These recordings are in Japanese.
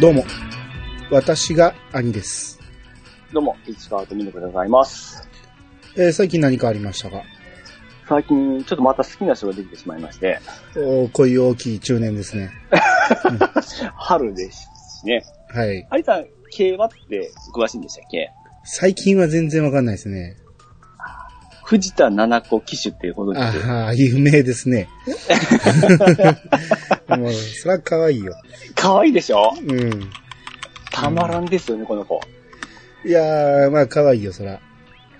どうも。私が兄です。どうも、市川とみのこでございます。えー最近何かありましたか最近、ちょっとまた好きな人ができてしまいまして、おー恋大きい中年ですね。春ですしね。はい。有田さん、競馬って詳しいんでしたっけ最近は全然わかんないですね。藤田七子騎手っていうことです。ああ、有名です ね。もう、そら可愛いよ。可愛いでしょうん。たまらんですよね、この子。いやー、まあ可愛いよ、そら。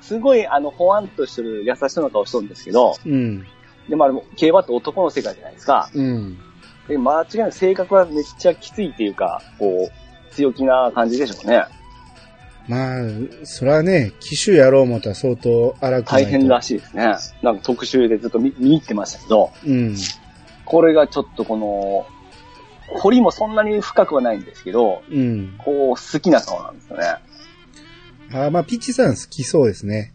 すごい、あの、ほわんとしてる優しそうな顔しとるんですけど、うん。でもあれも、競馬って男の世界じゃないですか。うん。で、間違いなく性格はめっちゃきついっていうか、こう、強気な感じでしょうね。まあ、そらね、機種やろう思ったら相当荒くない大と変ら。しいですね。なんか特集でずっと見見入ってましたけど、うん。これがちょっとこの、彫りもそんなに深くはないんですけど、うん。こう、好きな顔なんですよね。あーまあ、ピッチさん好きそうです ね。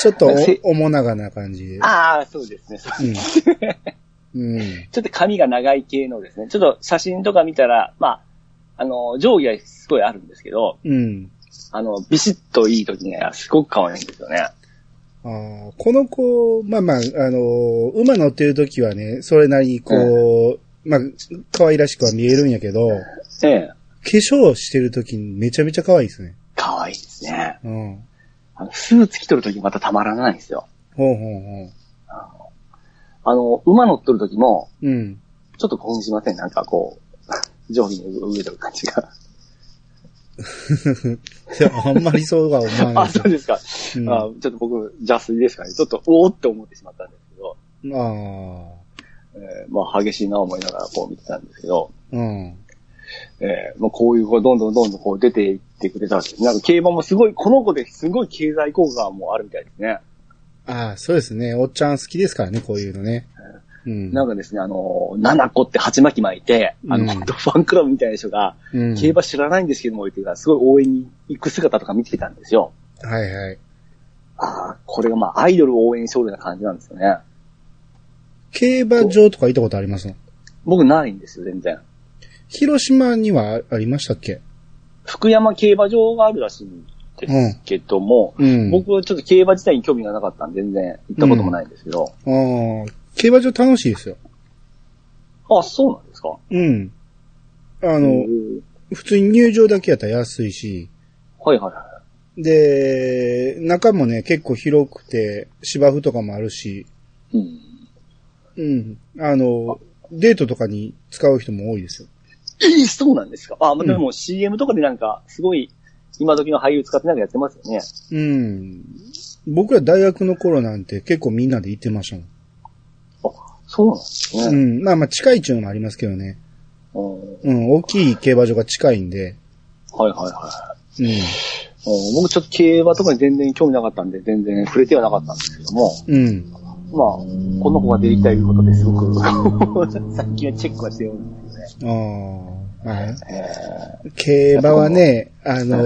ちょっとせお、おもながな感じで。ああ、そうですね。そううん。うん。ちょっと髪が長い系のですね。ちょっと写真とか見たら、まあ、あの、上下はすごいあるんですけど、うん。あの、ビシッといい時にはすごく可愛いんですよね。あーこの子、まあまあ、あのー馬乗ってる時はね、それなりにこう、まあ、可愛らしくは見えるんやけど、化ええ。粧してる時にめちゃめちゃ可愛いですね。可愛いですね。うん。あのスーツ着とる時またたまらないんですよ。ほうほうほあの、馬乗っとる時も、う。うん。ちょっと興奮しません。なんかこう、上下に動いてる感じが。いや、あんまりそうは思わない あ、でそうですか。す。うん、あちあょっと僕、邪推ですかね。ちょっと、おおって思ってしまったんですけど、ーえーまあ、激しいな思いながらこう見てたんですけど、うん。えーまあ、こういう子、どんどんどんどんこう出ていってくれたんです。なんか、競馬もすごい、この子ですごい経済効果もあるみたいですね。ああ、そうですね。おっちゃん好きですからね、こういうのね。うん。なんかですね、あのー、七子って鉢巻き巻いて、あの、うん本当ファンクラブみたいな人が、うん、競馬知らないんですけども、っていうか、すごい応援に行く姿とか見てたんですよ。はいはい。ああ、これがまあ、アイドル応援勝利な感じなんですよね。競馬場とか行ったことありますの僕ないんですよ、全然。広島にはありましたっけ福山競馬場があるらしいんですけども、うん。僕はちょっと競馬自体に興味がなかったんで、全然行ったこともないんですけど。あー競馬場楽しいですよ。あ、そうなんですかうん。ああの、普通に入場だけやったら安いし、はいはいはで、中もね、結構広くて、芝生とかもあるし、い。うん。 うん。あの、デートとかに使う人も多いですよ。えーそうなんですかあ、まあ、でも CM とかでなんか、すごい、今時の俳優使ってなんかやってますよね。うん。僕ら大学の頃なんて結構みんなで行ってましたもん。そうなんですうね。ん。まあまあ近いっていうのもありますけどね。うん、うん。大きい競馬場が近いんで。はいはいはうん。い、うん僕ちょっと競馬とかに全然興味なかったんで、全然触れてはなかったんですけども、うん。まあ、この子が出てきたということですごく、 さっきはチェックはしてるんですよね。ああ。まあ、えー競馬はね、あの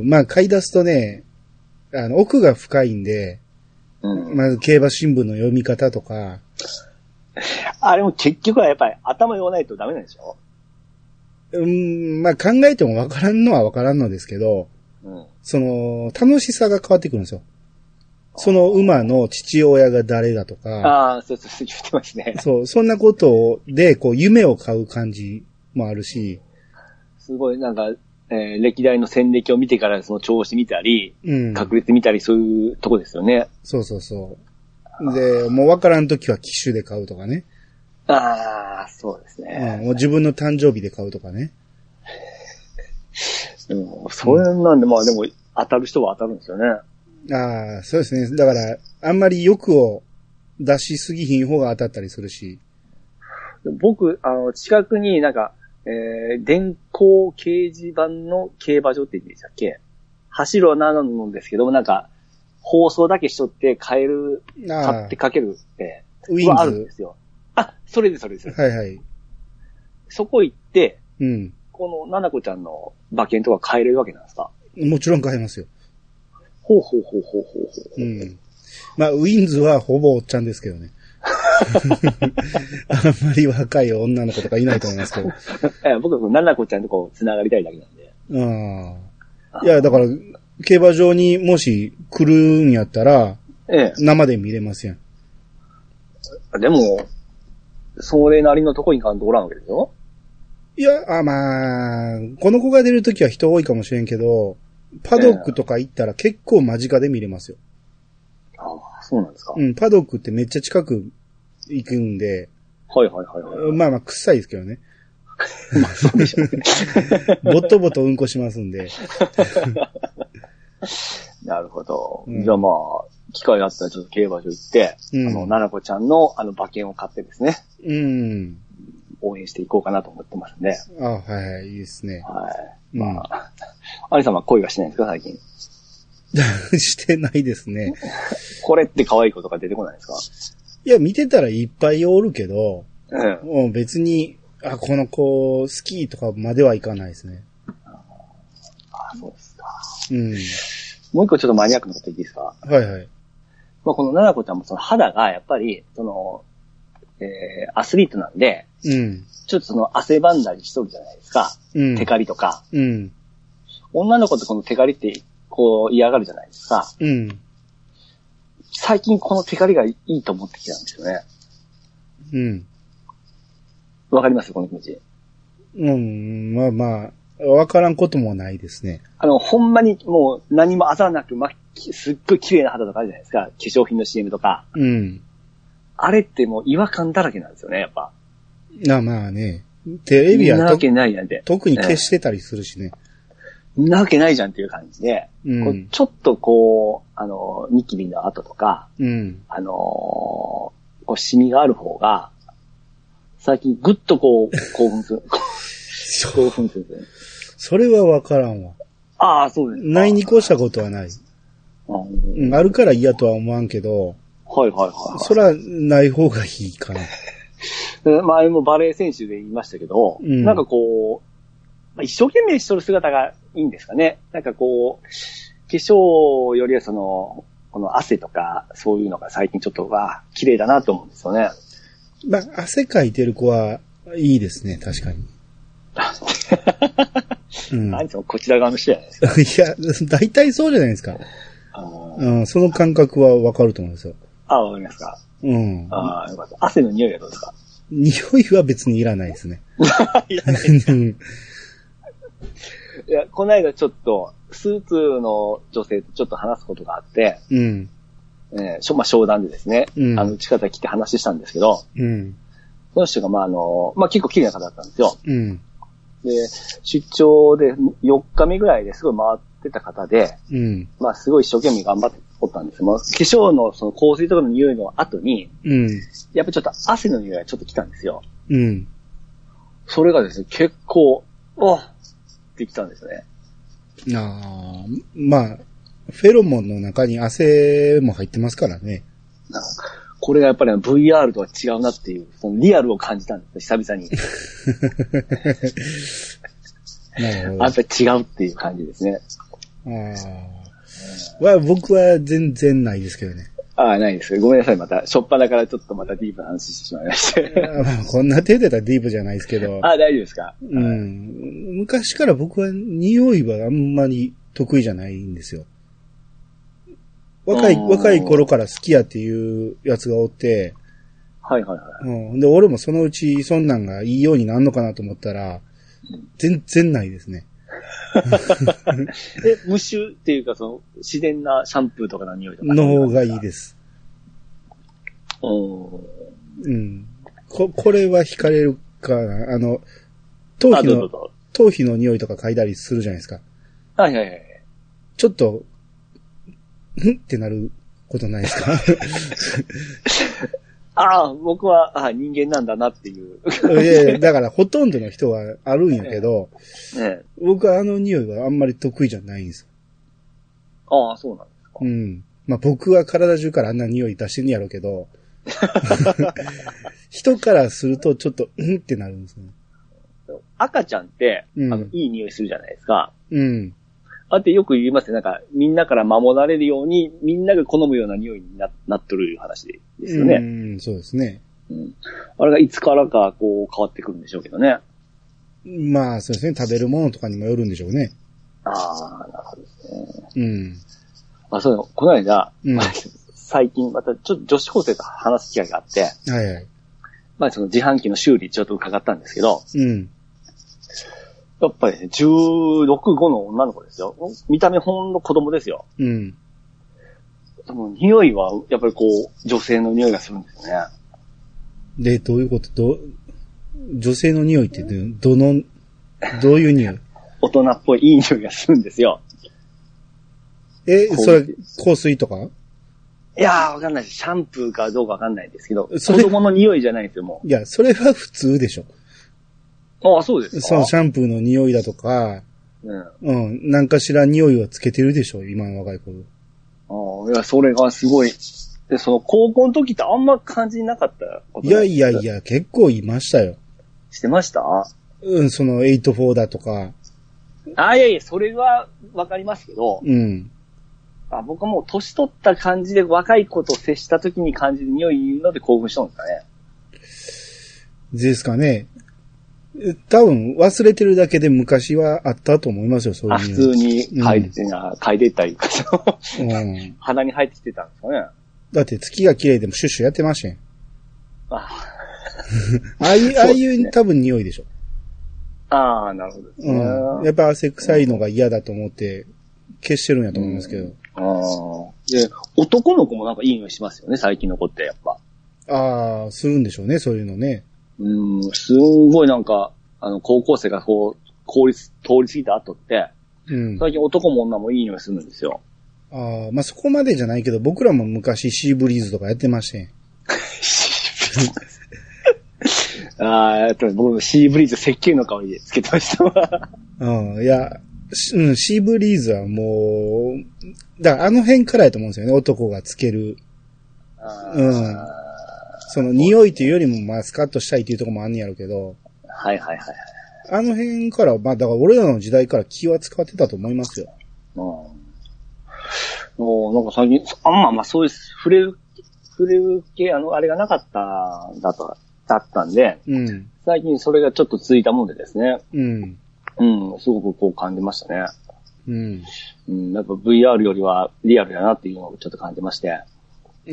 ーまあ買い出すとね、あの、奥が深いんで、うんまず競馬新聞の読み方とか、あれも結局はやっぱり頭言わないとダメなんでしょうん、まあ考えてもわからんのはわからんのですけど、うん。その、楽しさが変わってくるんですよ。その馬の父親が誰だとか、ああ、そうそうそう、言ってますね。 そう、そんなことで、こう、夢を買う感じもあるし、すごいなんか、えー歴代の戦歴を見てからその調子見たり、うん。確率見たりそういうとこですよね。そうそうそう。で、もうわからんときは機種で買うとかね。ああ、そうですうん、ね。もう自分の誕生日で買うとかね。うん、それなんで、まあでも、当たる人は当たるんですよね。ああ、そうですね。だから、あんまり欲を出しすぎひん方が当たったりするし。僕、あの、近くになんか、えー、電光掲示板の競馬場って言うんでしたっけ走るはななんですけども、なんか、放送だけしとって買える、買ああって、かけるって、ウはあィるんンですよ。あ、それです、それです。ズ。はいはい。そこ行って、うん。この、ななこちゃんの馬券とか買えれるわけなんですかもちろん買えますよ。ほうほうほうほうほうほう。 うん。まあ、ウィンズはほぼおっちゃんですけどね。あんまり若い女の子とかいないと思いますけど。 え僕は、ななこちゃんとこう、繋がりたいだけなんで。うん。いや、だから、競馬場にもし来るんやったら、え生で見れますやん。え。でも、それなりのとこに行かんとおらんわけでしょいや、あ、まあ、この子が出るときは人多いかもしれんけど、パドックとか行ったら結構間近で見れますよ。ああ、そうなんですか。うん、パドックってめっちゃ近く行くんで、はいはいはいはい。まあまあ、臭いですけどね。 まあ、そうでしょうね。 ぼっとぼっとうんこしますんで。なるほど。うんじゃあまあ、機会があったらちょっと競馬場行って、うんあの、ななこちゃんのあの馬券を買ってですね、うん。応援していこうかなと思ってますね。あ、はい、いいですね。はうい。んまあ、アリさんは恋はしないんですか、最近。 してないですね。これって可愛い子とか出てこないですいや、見てたらいっぱいおるけど、かうん。もう別に、あ、この子、好きとかまではいかないですね。あそうですか。うん。もう一個ちょっとマニアックなこと言っていいですかはいはい。まあ、この奈々子ちゃんもその肌がやっぱり、その、えー、アスリートなんで、うん。ちょっとその汗ばんだりしとるじゃないですか。うん。テカリとか。うん。女の子ってこのテカリって、こう嫌がるじゃないですか。うん。最近このテカリがいいと思ってきたんですよね。うん。わかりますこの気持ち。うん。まあまあ、わからんこともないですね。あの、ほんまにもう何もあざなく、ま、すっごい綺麗な肌とかあるじゃないですか。化粧品の CM とか。うん。あれってもう違和感だらけなんですよね、やっぱ。あまあね。テレビんなはわとけないじゃんって。特に消してたりするしね。んなわけないじゃんっていう感じで。う。こうんちょっとこう、あの、ニキビの跡とか、うん。あのーこう、シミがある方が、最近ぐっとこう、興奮 する。 こう興奮するんですよね。それはわからんわ。ああ、そうですか。ないに越したことはない。うんうん、あるから嫌とは思わんけど、はいはいはい。そら、ない方がいいかな。前もバレー選手で言いましたけど、うんなんかこう、まあ一生懸命しとる姿がいいんですかね。なんかこう、化粧よりはその、この汗とか、そういうのが最近ちょっと、わあ、綺麗だなと思うんですよね。まあ、汗かいてる子は、いいですね、確かに。うん。何そのこちら側の人じゃないですか。いや、大体そうじゃないですか。あーうん、その感覚はわかると思うんですよ。あー、わかりますか。うん。ああ、よかった。汗の匂いはどうで すか匂いは別にいらないですね。 いらないうんいや、この間ちょっと、スーツの女性とちょっと話すことがあって、うん。えーしょまあ、商談でですね、うんあの、近方来て話したんですけど、うん。その人が、まあ、あの、まあ、結構綺麗な方だったんですよ。うん。で、出張で4日目ぐらいですごい回ってた方で、うん。まあすごい一生懸命頑張っておったんですけど、化粧のその香水とかの匂いの後に、うん。やっぱちょっと汗の匂いがちょっと来たんですよ。うん。それがですね、結構、あってきたんですね。あーまあ、フェロモンの中に汗も入ってますからね。なんかこれがやっぱり VR とは違うなっていう、そのリアルを感じたんですよ、久々に。なるほど。やっぱり違うっていう感じですね。ああ。は、僕は全然ないですけどね。 ああ、ないですけどごめんなさい、また、しょっぱなからちょっとまたディープな話してしまいまして。あまあこんな程度だったらディープじゃないですけど。ああ、大丈夫ですかうん。昔から僕は匂いはあんまり得意じゃないんですよ。若い、あー若い頃から好きやっていうやつがおって、はいはいはい。うん。で、俺もそのうちそんなんがいいようになんのかなと思ったら、全然ないですね。え、無臭っていうか、その、自然なシャンプーとかの匂いとか。の方がいいです。うん。うん。こ、これは惹かれるかな。あの、頭あ、皮どうぞどうの、ぞ。頭皮の匂いとか嗅いだりするじゃないですか。はいはいはい。ちょっと、んってなることないですかああ、僕は、あ人間なんだなっていう。 いやいや、だからほとんどの人はあるんやけど、ね、僕はあの匂いはあんまり得意じゃないんですああ、そうなんですかよ。。うん。まあ、僕は体中からあんな匂い出してんやろうけ ど、人からするとちょっと、うんってなるんですね。赤ちゃんって、うんあの、いい匂いするじゃないですか。うん。あってよく言いますね。なんか、みんなから守られるように、みんなが好むような匂いにななっとるいう話ですようね。ん、そうですね。うん。あれがいつからか、こう、変わってくるんでしょうけどね。まあ、そうですね。食べるものとかにもよるんでしょうね。ああ、なるほどですね。うん。あ、そうだこの間、うん。は 最近またちょっと女子高生と話す機会があって、いはい。まあその自販機の修理ちょっと伺ったんですけど、うん。やっぱりですね、16、5の女の子ですよ。見た目ほんの子供ですよ。うん。でも匂いは、やっぱりこう、女性の匂いがするんですよね。で、どういうことど、女性の匂いってど、どの、どういう匂い大人っぽいいい匂いがするんですよ。え、香水それ、香水とかいやー、わかんないです。シャンプーかどうかわかんないですけど、子それ供の匂いじゃないんですよ、もいや、それは普通でしょ。う。ああ、そうですか。そのシャンプーの匂いだとか、うん。うん、なんかしら匂いはつけてるでしょ、今の若い子。ああ、いや、それがすごい。で、その高校の時ってあんま感じなかったこといやいやいや。や、結構いましたよ。してましたあうん、その84だとか、あ、いやいや、それはわかりますけど、うん。あ僕はもう年取った感じで若い子と接した時に感じる匂いので興奮したんですかね。ですかね。え多分忘れてるだけで昔はあったと思いますよ、そうあ、い普うの通に嗅いでて、な嗅いでったりとか、そのうん。 鼻に入ってきてたんですかね。だって月が綺麗でもシュッシュやってましたよ。あああいう、ああいそうですねう多分匂いでしょ。あー、なるほどですうね。ん。やっぱ汗臭いのが嫌だと思って消してるんやと思いますけど。あーで、男の子もなんかいい匂いしますよね、最近の子ってやっぱ。ああ、するんでしょうね、そういうのね。うん、すんごいなんか、あの、高校生がこう、効率、通り過ぎた後って、うん。最近男も女もいい匂いするんですよ。ああ、まあ、そこまでじゃないけど、僕らも昔シーブリーズとかやってましてん。ああ、と僕もシーブリーズ石鹸の香りでつけてまし たわ。うん、いや、しうん、シーブリーズはもう、だからあの辺からやと思うんですよね、男がつける。あーうんその匂いというよりも、まあ、スカッとしたいというところもあんねやろうけど、はいはいはいはい。あの辺から、まあ、だから俺らの時代から気は使ってたと思いますよ。うん。もうなんか最近、あんままあそういう、触れる、触れる系、あの、あれがなかった、だと、だったんで、うん、最近それがちょっと続いたもんでですね、うん、うん、すごくこう感じましたね。うん。うん、やっぱ VR よりはリアルだなっていうのをちょっと感じまして、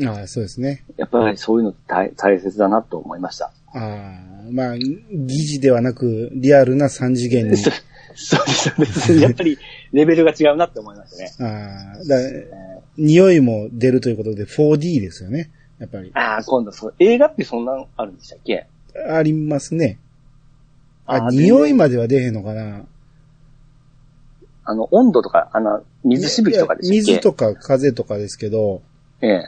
ああ、そうですね。やっぱりそういうのって大大切だなと思いました。ああ、まあ、疑似ではなく、リアルな三次元に。そそうですそうです。やっぱりレベルが違うなって思いましたね。ああ、だ匂いも出るということで 4D ですよね。やっぱり。ああ、今度そう、映画ってそんなんあるんでしたっけありますね。あ、ー匂い全然までは出へんのかな。あの、温度とか、あの、水しぶきとかでしたっけ水とか風とかですけど、ええ。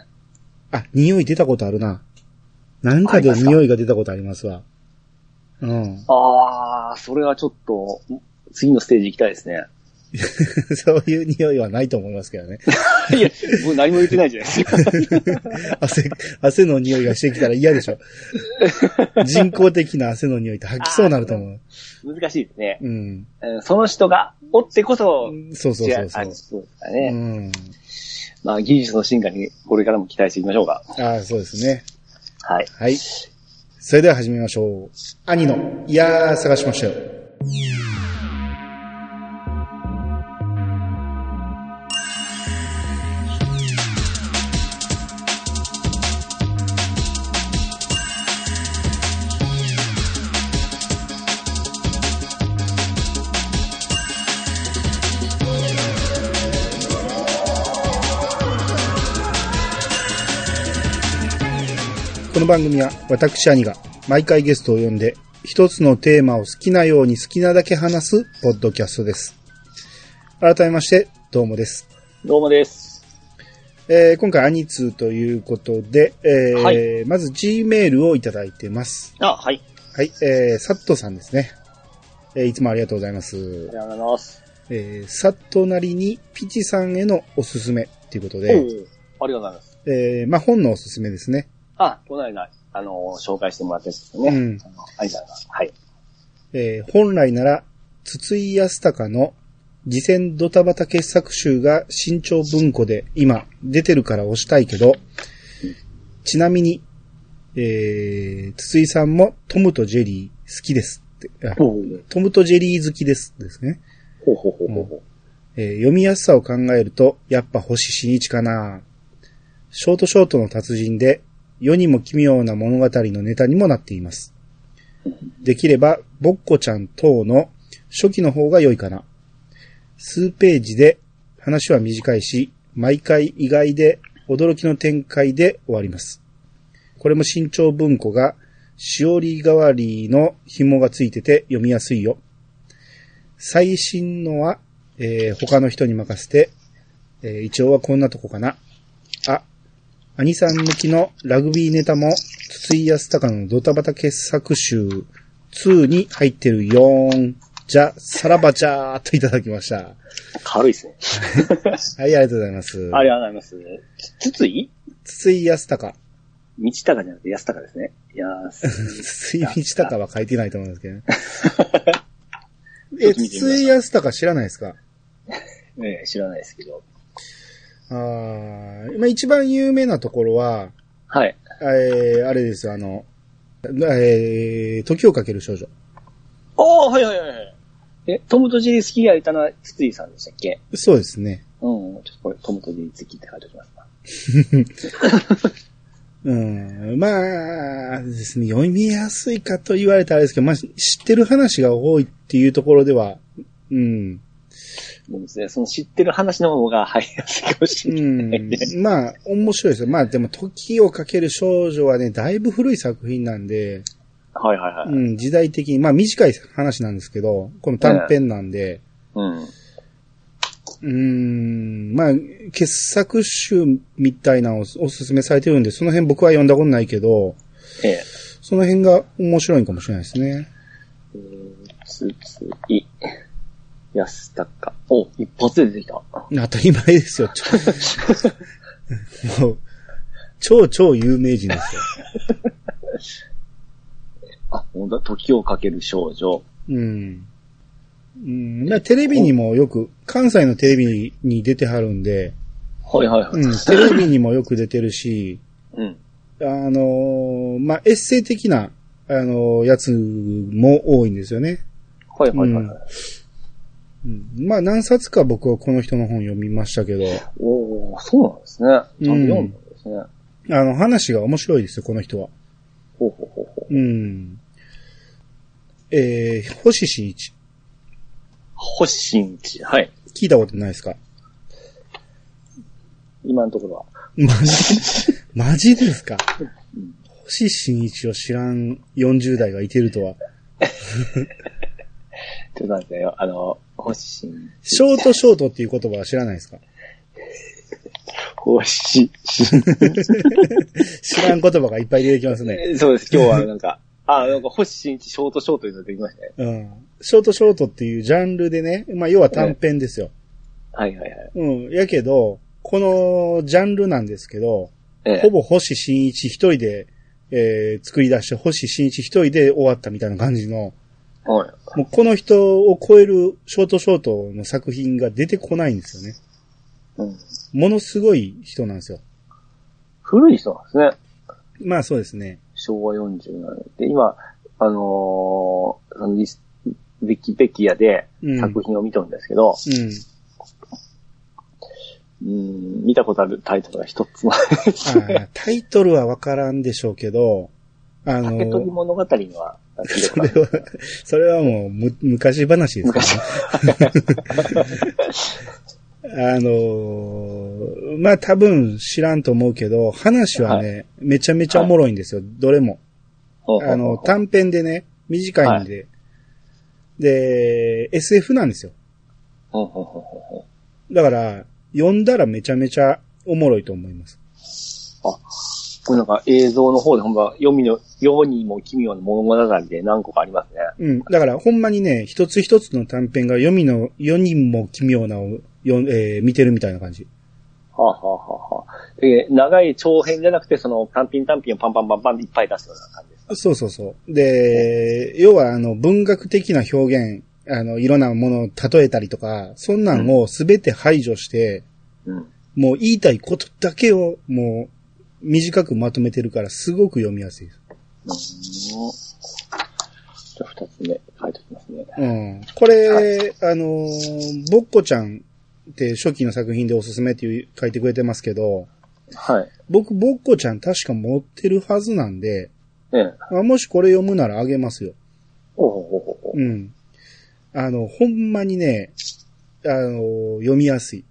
あ、匂い出たことあるな。なんかでありますか匂いが出たことありますわ。うん。 ああ、それはちょっと、次のステージ行きたいで すね。そういう匂いはないと思いますけど ね。いや、僕何も言ってないじゃないですか。 汗、汗の匂いがしてきたら嫌で しょ。人工的な汗の匂いって吐きそうになると思う。難しいですね。うん。うんその人がおってこそ、そうそうそうあそそうですかう。ね。うん。まあ、技術の進化にこれからも期待していきましょうか。ああ、そうですね。はい。はい。それでは始めましょう。兄の、いやー、探しましたよ。この番組は私兄が毎回ゲストを呼んで一つのテーマを好きなように好きなだけ話すポッドキャストです。改めまして、どうもです。どうもです。えー今回兄2ということで、えーはまず G メールをいただいてます。あ、はい。はい、えー、サットさんですね。えーいつもありがとうございますあり。がとうございます。えー、サットなりにピチさんへのおすすめということおうあで、りがとうございます。えー、まあ、本のおすすめですね。あ、この間、あの、紹介してもらったやつですうね。ん。あのありがとうございます。はい。えー本来なら、筒井康隆の次戦ドタバタ傑作集が新潮文庫で今出てるから押したいけど、ちなみに、えー、筒井さんもトムとジェリー好きですって。あほうトムとジェリー好きですですね。ほうほうほうほうほう。えー読みやすさを考えると、やっぱ星新一かなショートショートの達人で、世にも奇妙な物語のネタにもなっています。できれば、ぼっこちゃん等の初期の方が良いかな。数ページで話は短いし、毎回意外で驚きの展開で終わります。これも新潮文庫が、しおり代わりの紐がついてて読みやすいよ。最新のは、えー他の人に任せて、えー一応はこんなとこかな。あ、兄さん向きのラグビーネタも、筒井康隆のドタバタ傑作集2に入ってるよーん。じゃ、さらばじゃーっといただきました。はい、軽いですね。ありがとうございます。ありがとうございます。つつい筒井康隆。道高じゃなくて安高ですね。いやー筒井道隆は書いてないと思うんです けどね。ちょえ、っと見て筒みます井康隆知らないですかええ知らないですけど。あーまあ一番有名なところは、はい。えーあれですよ、あの、えー時をかける少女。ああ、はいはいはいはい。え、トムとジェリー好きがいたのはつついさんでしたっけそうですね。うん、ちょっとこれトムとジェリー好きって書いておきますな。うん。まあ、ですね、読みやすいかと言われたらあれですけど、まあ、知ってる話が多いっていうところでは、うん。でもですね、その知ってる話の方が入りやすいかもしうれない。ん。まあ、面白いですよ。まあ、でも、時をかける少女はね、だいぶ古い作品なんで、はいはいはい。うん、時代的に、まあ、短い話なんですけど、この短編なんで、うん。うーんまあ、傑作集みたいなのをおすすめされてるんで、その辺僕は読んだことないけど、ええ。その辺が面白いかもしれないですね。えーつつい。安高。お、一発で出てきた。当たり前ですよ。ちょもう 超超有名人ですよ。あ、ほんとだ、時をかける少女。うん。うん、まあテレビにもよく、関西のテレビに出てはるんで、はいはいはい。うん、テレビにもよく出てるし、うん。あのーまあ、エッセイ的な、あのーやつも多いんですよね。はいはいはいはい。うんまあ何冊か僕はこの人の本読みましたけど、おおそうなんですね。ちゃんと読んだんですね。あの話が面白いですよ、この人は。ほうほうほうほう。うん。えー、星新一。星新一。はい。聞いたことないですか今のところは。マジ、マジですか星新一を知らん40代がいてるとは。ちょっと待ってよ。あの、星新一。ショートショートっていう言葉は知らないですか星新知らん言葉がいっぱい出てきますね。一。そうです。今日はなんか、 あ、なんか星新一ショートショートになってきましたね。うん。ショートショートっていうジャンルでね、まあ要は短編ですよ。はいはいはい。うん。やけど、このジャンルなんですけど、ええほぼ星新一一人で、えー作り出して星新一一人で終わったみたいな感じの、はい。もうこの人を超えるショートショートの作品が出てこないんですよね。うん。ものすごい人なんですよ。古い人なんですね。まあそうですね。昭和47年。で、今、あのー、あのリスウィキペキアでうん。作品を見とるんですけうど、ん。うん、見たことあるタイトルが一つもないですあね。ータイトルはわからんでしょうけど、あの竹 取ー、物語には、それは、それはもうむ昔話ですからね昔。 あのーまあ、多分知らんと思うけど、話はね、めちゃめちゃおもろいんですよ、どれも。あの、短編でね、短いんで。で、SF なんですよ。ほうほうほうほうほだから、読んだらめちゃめちゃおもろいと思います。うこれなんか映像の方でほんま、読みの、世にも奇妙な物語で何個かありますね。うん。だから、ほんまにね、一つ一つの短編が読みの、4人も奇妙なを、よえー見てるみたいな感じ。はあ、はあはあはあ、で長い長編じゃなくて、その単品単品をパンパンパンパンっていっぱい出すような感じですか。そうそうそう。で、要は、あの、文学的な表現、あの、いろんなものを例えたりとか、そんなんをすべて排除して、うん。もう言いたいことだけを、もう、短くまとめてるからすごく読みやすいです。うんじゃあ、二つ目、書いておきますね。うん。これ、あのーぼっこちゃんって初期の作品でおすすめっていう書いてくれてますけど、はい。僕、ぼっこちゃん確か持ってるはずなんで、ええ。まあもしこれ読むならあげますよ。おほほほほ。うん。あの、ほんまにね、あの、読みやすい。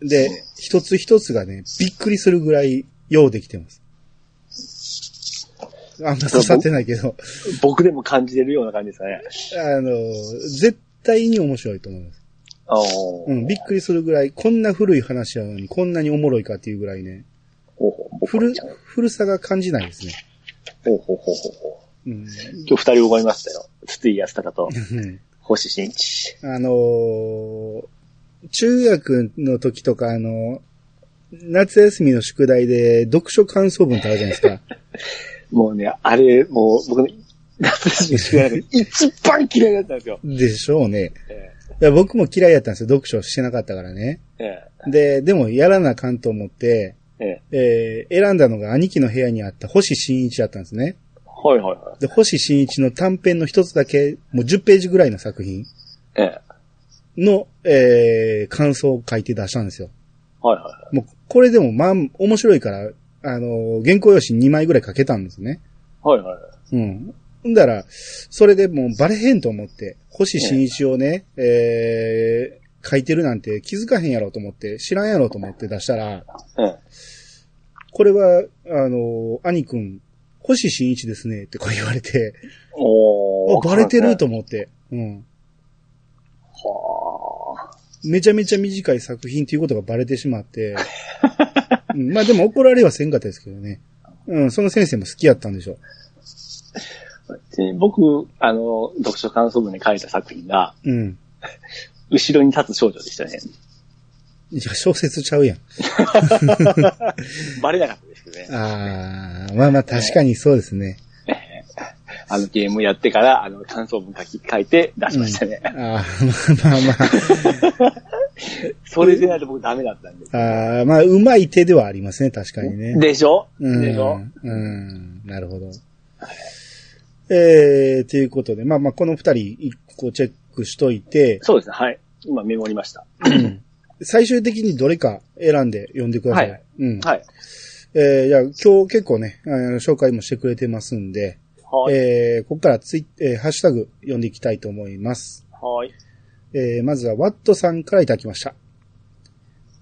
で、一つ一つがね、びっくりするぐらい、ようできてます。あんま刺さってないけど、僕でも感じてるような感じですかね。あの、絶対に面白いと思います。あおうん、びっくりするぐらい、こんな古い話なのに、こんなにおもろいかっていうぐらいね、ほほほ古、古さが感じないですね。ほほほほほ。うん。 今日二人覚えましたよ。筒井康隆とうん星新一。あのー中学の時とか、あのー夏休みの宿題で読書感想文ってあるじゃないですか。もうね、あれ、もう僕の夏休み宿題の中で一番嫌いだったんですよ。でしょうね。えいや僕も嫌いやったんですよ。読書してなかったからね。ええで、でもやらなあかんと思って、ええええー選んだのが兄貴の部屋にあった星新一だったんですね。はいはいはい。で、星新一の短編の一つだけ、もう10ページぐらいの作品ええの、えー感想を書いて出したんですよ。はいはいはい。もう、これでもまあ、面白いから、あのー原稿用紙2枚ぐらい書けたんですね。はいはいはい。うん。んだら、それでもうバレへんと思って、星新一をね、えー、書いてるなんて気づかへんやろと思って、知らんやろと思って出したら、ええこれは、あのー兄くん、星新一ですね、ってこう言われて、おあ、ーバレてる。わかと思って、うん。りますねはあ。めちゃめちゃ短い作品っていうことがバレてしまって、うん、まあでも怒られはせんかったですけどね。うん、その先生も好きやったんでしょで僕、あの、読書感想文に書いた作品が、う。うん。後ろに立つ少女でしたね。いや、小説ちゃうやん。バレなかったですけ どね。ああ、まあまあ確かにそうですね。あのゲームやってから、あの、感想文書き、書いて出しましたね。ああ、まあまあ それでないと僕ダメだったんです。まあ、ああまあ、うまい手ではありますね、確かにね。でしょうん、でしょうん、なるほど。えー、ということで、まあまあ、この二人一個チェックしといて、そうですね。はい。今メモりました。最終的にどれか選んで読んでください。はいうん。はい。えー、じゃあ今日結構ね、あの紹介もしてくれてますんで、はい。えー、ここからツイえー、ハッシュタグ読んでいきたいと思います。はい。えーまずはワットさんからいただきました。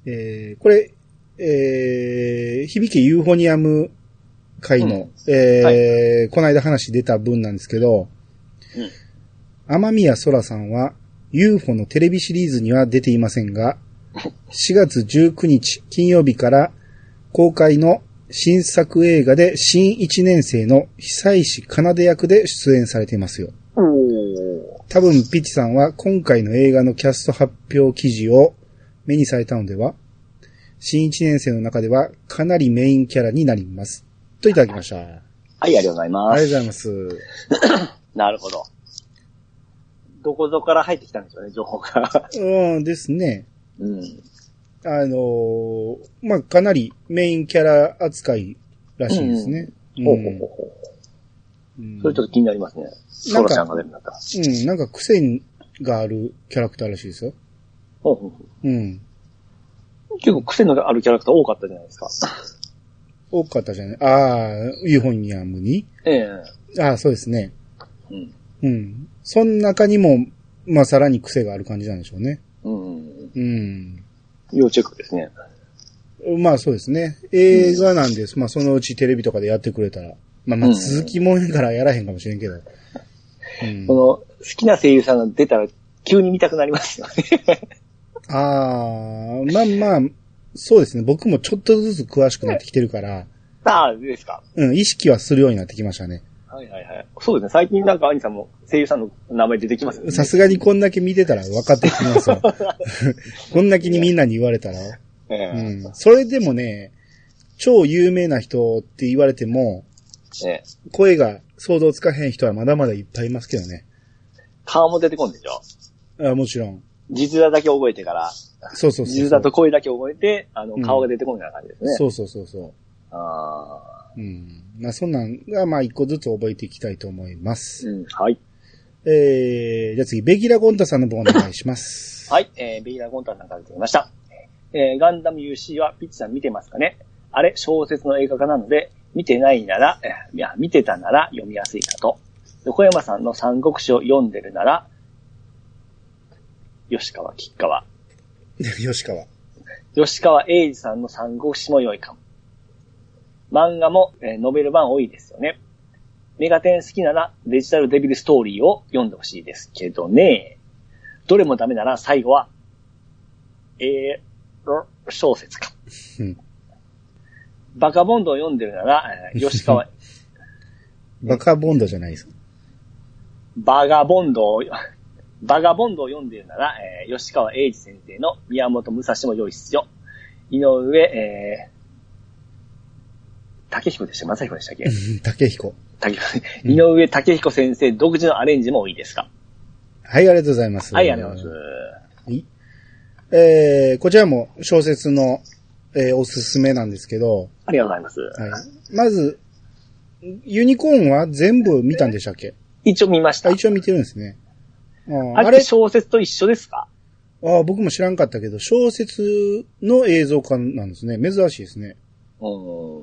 えーこれ、えー響きユーフォニアム会の、うんえーこの間話出た分なんですけど、うん天宮空さんは UFO のテレビシリーズには出ていません が、4月19日金曜日から公開の新作映画で新1年生の久石奏役で出演されていますよ。おー。多分、ピッチさんは今回の映画のキャスト発表記事を目にされたのでは新1年生の中ではかなりメインキャラになります。といただきました。ありはい、ありがとうございがまとうす。ございます。なるほど。どこぞから入ってきたんでしょうね、情報が。 うんですね。うん。あのーまあ、かなりメインキャラ扱いらしいですね。うんほうほうほうほう。うんそれちょっと気になりますね。なソんかラちゃんが出るんだったら。うん、なんか癖があるキャラクターらしいですよ。ほうほうほうん。う結構癖のあるキャラクター多かったじゃないですか。多かったじゃないああ、ユーフォニアムにええああ、そうですね。うん。うん。その中にも、まあ、さらに癖がある感じなんでしょうね。うん。うん。要チェックですね。まあそうですね。映画なんです。まあそのうちテレビとかでやってくれたら。まあまうあん続きもんやからやらへんかもしれんけど。うんこの、好きな声優さんが出たら、急に見たくなりますよね。 ああ、まあまあ、そうですね。僕もちょっとずつ詳しくなってきてるから、ああ、いいですか。うん、意識はするようになってきましたね。はいはいはい。そうですね。最近なんか兄さんも声優さんの名前出てきますよね。さすがにこんだけ見てたら分かってきます わ。こんだけにみんなに言われたら。ええうん。それでもね、超有名な人って言われても、ええ声が想像つかへん人はまだまだいっぱいいますけどね。顔も出てこんでしょ。あもちろん。字面だけ覚えてから、そうそう字そうそ面とう。声だけ覚えて、あのう、ん顔が出てこんような感じですね。そうそうそうそう。ああ、うん。まあ、そんなんが、まあ、一個ずつ覚えていきたいと思います。うん、はい。えー、じゃあ次、ベギラ・ゴンタさんの本お願いします。 はい、えー、ベイラー・ゴンタンさんからいただきました。えー、ガンダム UC はピッチさん見てますかねあれ、小説の映画化なので、見てないなら、えーいや、見てたなら読みやすいかと。横山さんの三国志を読んでるなら、吉川、吉川。吉川。吉川英治さんの三国志も良いかも。漫画も、えーノベル版多いですよね。メガテン好きならデジタルデビルストーリーを読んでほしいですけどね。どれもダメなら最後は、えー、ろ小説か。うんバカボンドを読んでるなら、えー吉川、バカボンドじゃないですか。バガボンドを、 バガボンドを読んでいるなら、えー吉川英治先生の宮本武蔵も良いっすよ。井上、えー、竹彦でした正彦でしたっけうん竹彦。竹彦 井上竹彦先生独自のアレンジもいいですかはい、ありがとうございます。はい、ありがとうございま。ますえー、こちらも小説の、えーおすすめなんですけど、す。ありがとうございます。はい。まず、ユニコーンは全部見たんでしたっけ一応見ましあ、た。一応見てるんですね。あああれっれて小説と一緒ですかあ僕も知らんかったけど、小説の映像化なんですね。珍しいですね。うーん。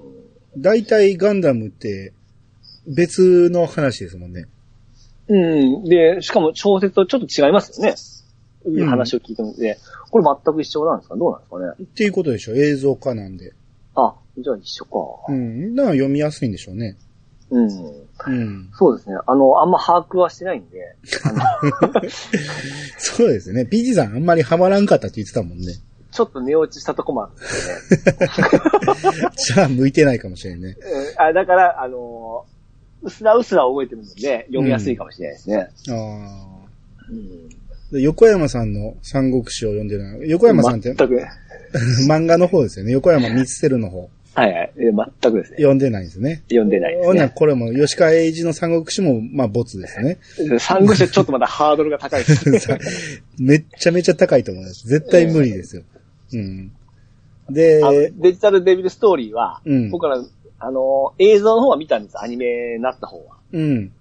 大体ガンダムって別の話ですもんね。うん。で、しかも小説とちょっと違いますよね。いう話を聞いてもで、これ全く一緒なんですかどうなんですかねっていうことでしょ映像化なんで。あ、じゃあ一緒かう。ん。だから読みやすいんでしょうね。うん。うん。そうですね。あの、あんま把握はしてないんで。そうですね。PG さんあんまりハマらんかったって言ってたも んね。ちょっと寝落ちしたとこもあるんですよね。じゃあ向いてないかもしれんね。うんあだから、あのーうすらうすら覚えてるので、読みやすいかもしれないですね。ああ。うん。で横山さんの三国志を読んでるのは、横山さんって全く。はい 漫画の方ですよね。横山光輝の方。はい。え全くですね。読んでないんですね。読んでないほんならでこれも吉川英治の三国志も、まあ、ボツですね。 すね。産後してちょっとまだハードルが高いです。めっちゃめちゃ高いと思います。絶対無理ですよ。うん。で、あのデジタルデビルストーリーは、うん僕ら、あのー映像の方は見たんです。アニメになった方は。うん。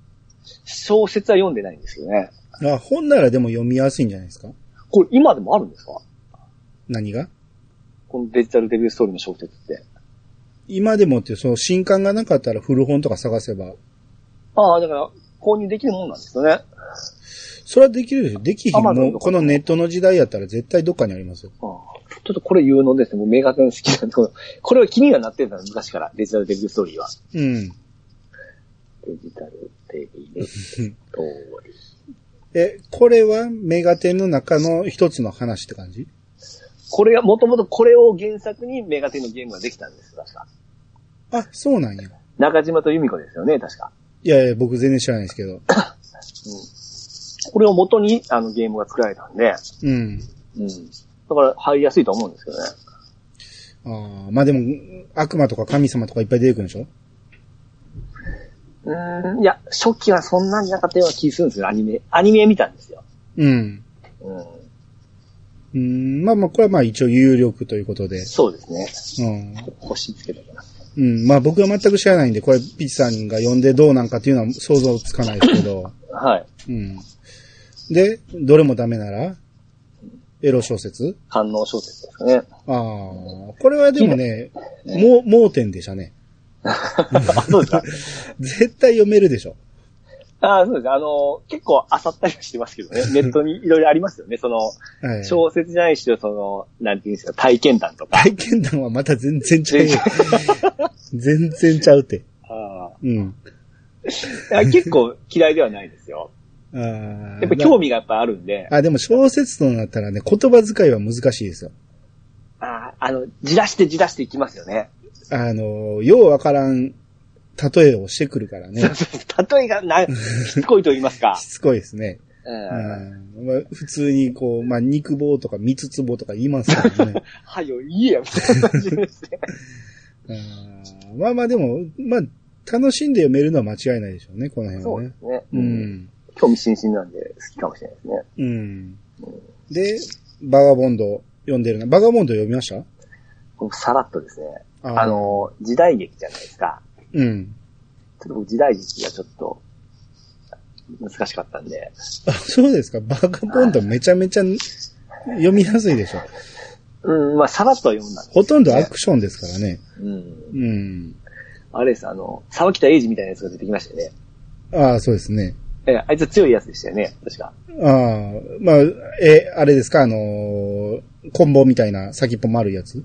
小説は読んでないんですけどね。あ、本ならでも読みやすいんじゃないですかこれ今でもあるんですか何がこのデジタルデビルストーリーの小説って。今でもって、その新刊がなかったら古本とか探せば、ああ、だから、購入できるもんなんですよね。それはできるでしょ。できひん Amazon も、とかこのネットの時代やったら絶対どっかにありますよ。ああちょっとこれ有能ですね。もうメガテン好きなんで、これは気にはなってたの、昔から。デジタルデビルストーリーは。うん。デジタルデビルストーリー。え、これはメガテンの中の一つの話って感じこれが、もともとこれを原作にメガテンのゲームができたんです、確か。あ、そうなんや。中島と由美子ですよね、確か。いやいや、僕全然知らないですけど。これを元にあのゲームが作られたんで、うん。うん。だから入りやすいと思うんですけどね。ああ、まあでも、悪魔とか神様とかいっぱい出てくるんでしょうーん、いや、初期はそんなになかったような気するんですよ、アニメ。アニメ見たんですよ。うん。うん。うん、まあまあ、これはまあ一応有力ということで。そうですね。うん。星つけときます。うん、まあ僕は全く知らないんで、これピッチさんが呼んでどうなんかっていうのは想像つかないですけど。はうい。ん。で、どれもダメならエロ小説観音小説ですかね。ああ、これはでもね、もう、盲点でしたね。あ、そうですか。絶対読めるでしょ。 あそうです。あの、結構漁ったりはしてますけど ね。ネットにいろいろありますよね。その、はい。小説じゃないしろ、その、なんていうんですか、体験談とか。体験談はまた全然ちゃうよ。全然ちゃうって。あうん。あ結構嫌いではないです よ。あややっぱ興味がやっぱあるんで、あ、でも小説となったらね、言葉遣いは難しいですよ。ああの、じらしてじらしていきますよね。あの、ようわからん例えをしてくるからね。例えが な、しつこいと言います かし。つこいですね。うん。うんまあ、普通にこう、まあ、肉棒とか三つ棒とか言いますから ね。はよ、言えや、みたいな感じですね。うんまあまあでも、まあ、楽しんで読めるのは間違いないでしょうね、この辺 そはうねで。すね。う。ん。興味津々なんで好きかもしれないですね。うん。で、バガボンド読んでるな。バガボンド読みました僕さらっとですね。ああ、の、時代劇じゃないですか。うん。ちょっと僕時代劇がちょっと、難しかったんで。あ、そうですか。バカボンドめちゃめちゃ読みやすいでしょ。うん、まあ、さらっとは読んだんですほとんどアクションですからね。うん。うん。あれです、あの、沢北英二みたいなやつが出てきましたよね。ああ、そうですね。ええ、あいつ強いやつでしたよね、確か。ああ、まあ、え、あれですか、あのー、コンボみたいな先っぽ丸いやつ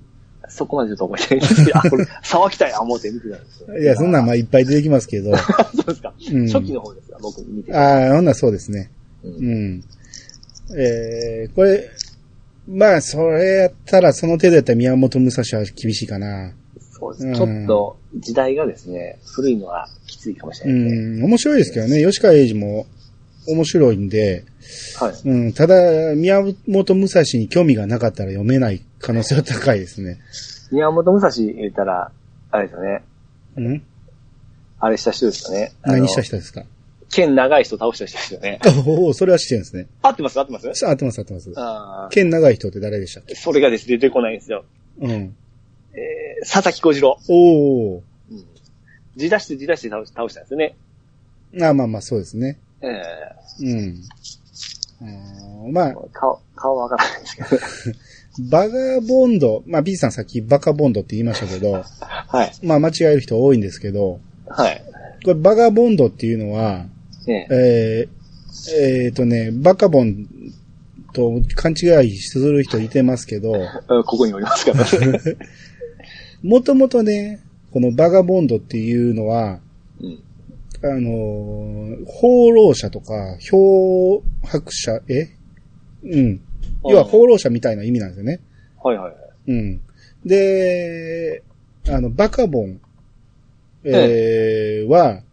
そこまでちょっと覚えてないんですけど、あ、 これ、沢北や思って見てたんですよ。いや、そんなんまあいっぱい出てきますけど。あ。 そうですか。うん初期の方ですか、僕見てた。ああ、ほんならそうですね。ううんん。えー、これ、まあ、それやったら、その程度やったら宮本武蔵は厳しいかな。そううでんす。ちょっと、時代がですね、古いのはきついかもしれうないですね。ん、面白いですけどね。吉川英治も面白いんで、はい。うん、ただ、宮本武蔵に興味がなかったら読めない可能性は高いですね。宮本武蔵言ったら、あれですよね。うんあれした人ですよね。あの何した人ですか剣長い人倒した人ですよね。おお、それは知ってるんですね。合ってます合ってますさあ、合ってます、合ってます。ああ。剣長い人って誰でしたっけそれがですね、出てこないんですよ。うん。えー、佐々木小次郎。おお。うん。自出して自出して倒し倒したんですよね。ああまあまあ、そうですね。えうん。あーまあえ、顔、顔はわからないですけ ど。バガボンド、まあ、B さんさっきバカボンドって言いましたけど、はい。まあ、間違える人多いんですけど、はい。これバガボンドっていうのは、ねええー、えーとね、バカボンと勘違いする人いてますけど、うんここにおりますから。もともとね、このバガボンドっていうのは、うん。あのー放浪者とか、漂白者、えうん。 要は放浪者みたいな意味なんですよね。はいはいはい。うん。で、あの、バカボン、えーは、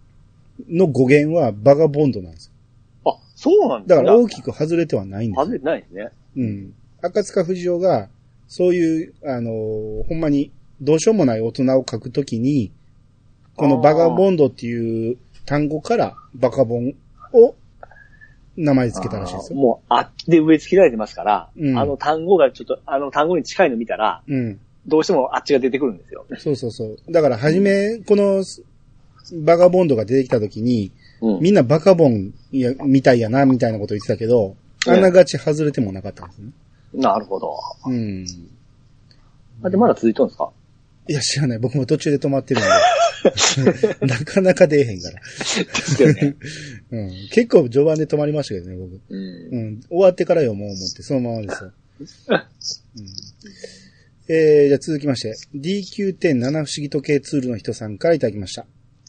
の語源はバガボンドなんですよ。あ、そうなんでだすから大く。きく外れてはないんです外よれ。てないですね。うん。赤塚不二夫が、そういう、あのーほんまに、どうしようもない大人を書くときに、このバガボンドっていう単語から、バカボンを名前付けたらしいですあーよ。もう、あって植え付けられてますから、うんあの単語がちょっと、あの単語に近いの見たら、うん。どうしてもあっちが出てくるんですよ。そうそうそう。だから、はじめ、この、バガボンドが出てきたときに、うんみんなバカボンや、みたいやな、みたいなこと言ってたけど、あながち外れてもなかったんですね。なるほど。うん。あで、まだ続いとるんで すかいや、知らない。僕も途中で止まってるんで。なかなか出えへんから。ですよね。うん、結構序盤で止まりましたけどね、僕。うん。うん、終わってから読もう思って、そのままですよ。うん、えー、じゃあ続きまして、D9.7 不思議時計ツールの人さんからいただきました。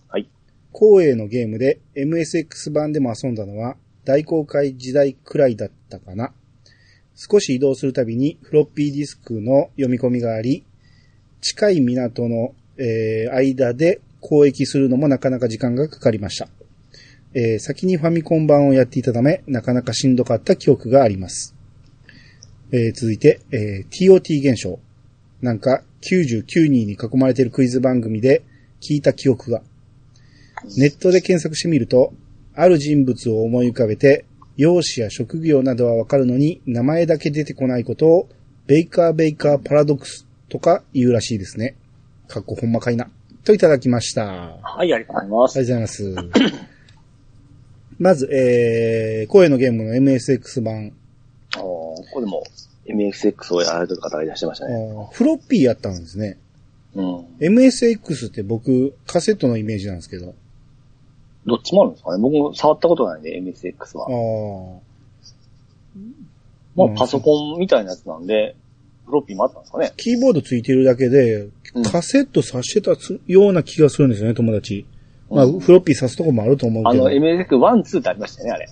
はい。光栄のゲームで MSX 版でも遊んだのは大航海時代くらいだったかな。少し移動するたびにフロッピーディスクの読み込みがあり、近い港の、えー間で交易するのもなかなか時間がかかりました。えー先にファミコン版をやっていたため、なかなかしんどかった記憶があります。えー続いて、えー TOT 現象。なんか、99人に囲まれているクイズ番組で聞いた記憶が。ネットで検索してみると、ある人物を思い浮かべて、容姿や職業などはわかるのに、名前だけ出てこないことを、ベイカーベイカーパラドックスとか言うらしいですね。かっこほんまかいな。といただきました。はい、ありがとうござあいます。りがとうございます。まず、えー、声のゲームの MSX 版、あーここでも MXX をやられてる方がいらっしゃいましたあね。ーフロッピーやったんですね。うん。 MSX って僕、カセットのイメージなんですけど。どっちもあるんですかね僕も触ったことないんで、MXX あは。ーまあうん、パソコンみたいなやつなんで、フロッピーもあったんですかねキーボードついてるだけでうん、カセット挿してたつような気がするんですよね、友達。まあ、うんフロッピー挿すとこもあると思うあけどの、。MXX1、2ってありましたよね、あれ。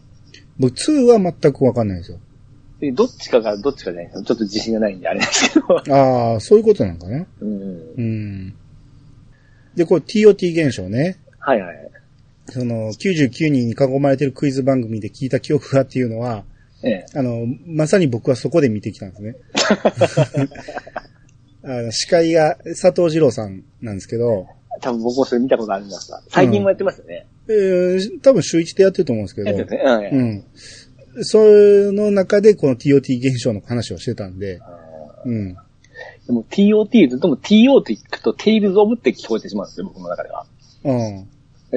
僕、2は全くわかんないですよ。でどっちかがどっちかじゃないですか。ちょっと自信がないんであれですけ ど。ああ、そういうことなんかな。うんう。ん。で、これ TOT 現象ね。はいはい。その、99人に囲まれてるクイズ番組で聞いた記憶がっていうのは、ええ。あの、まさに僕はそこで見てきたん ですね。あの司会が佐藤二郎さんなんですけど、多分僕もそれ見たことありますわ。最近もやってますよね。えー多分週一でやってると思うんですけやってますど、ね。うんええ。うん。その中でこの TOT 現象の話をしてたんで、あーうん。でも TOT ずっとも TO って聞くとテイルズオブって聞こえてしまうんですよ、僕の中では。うん。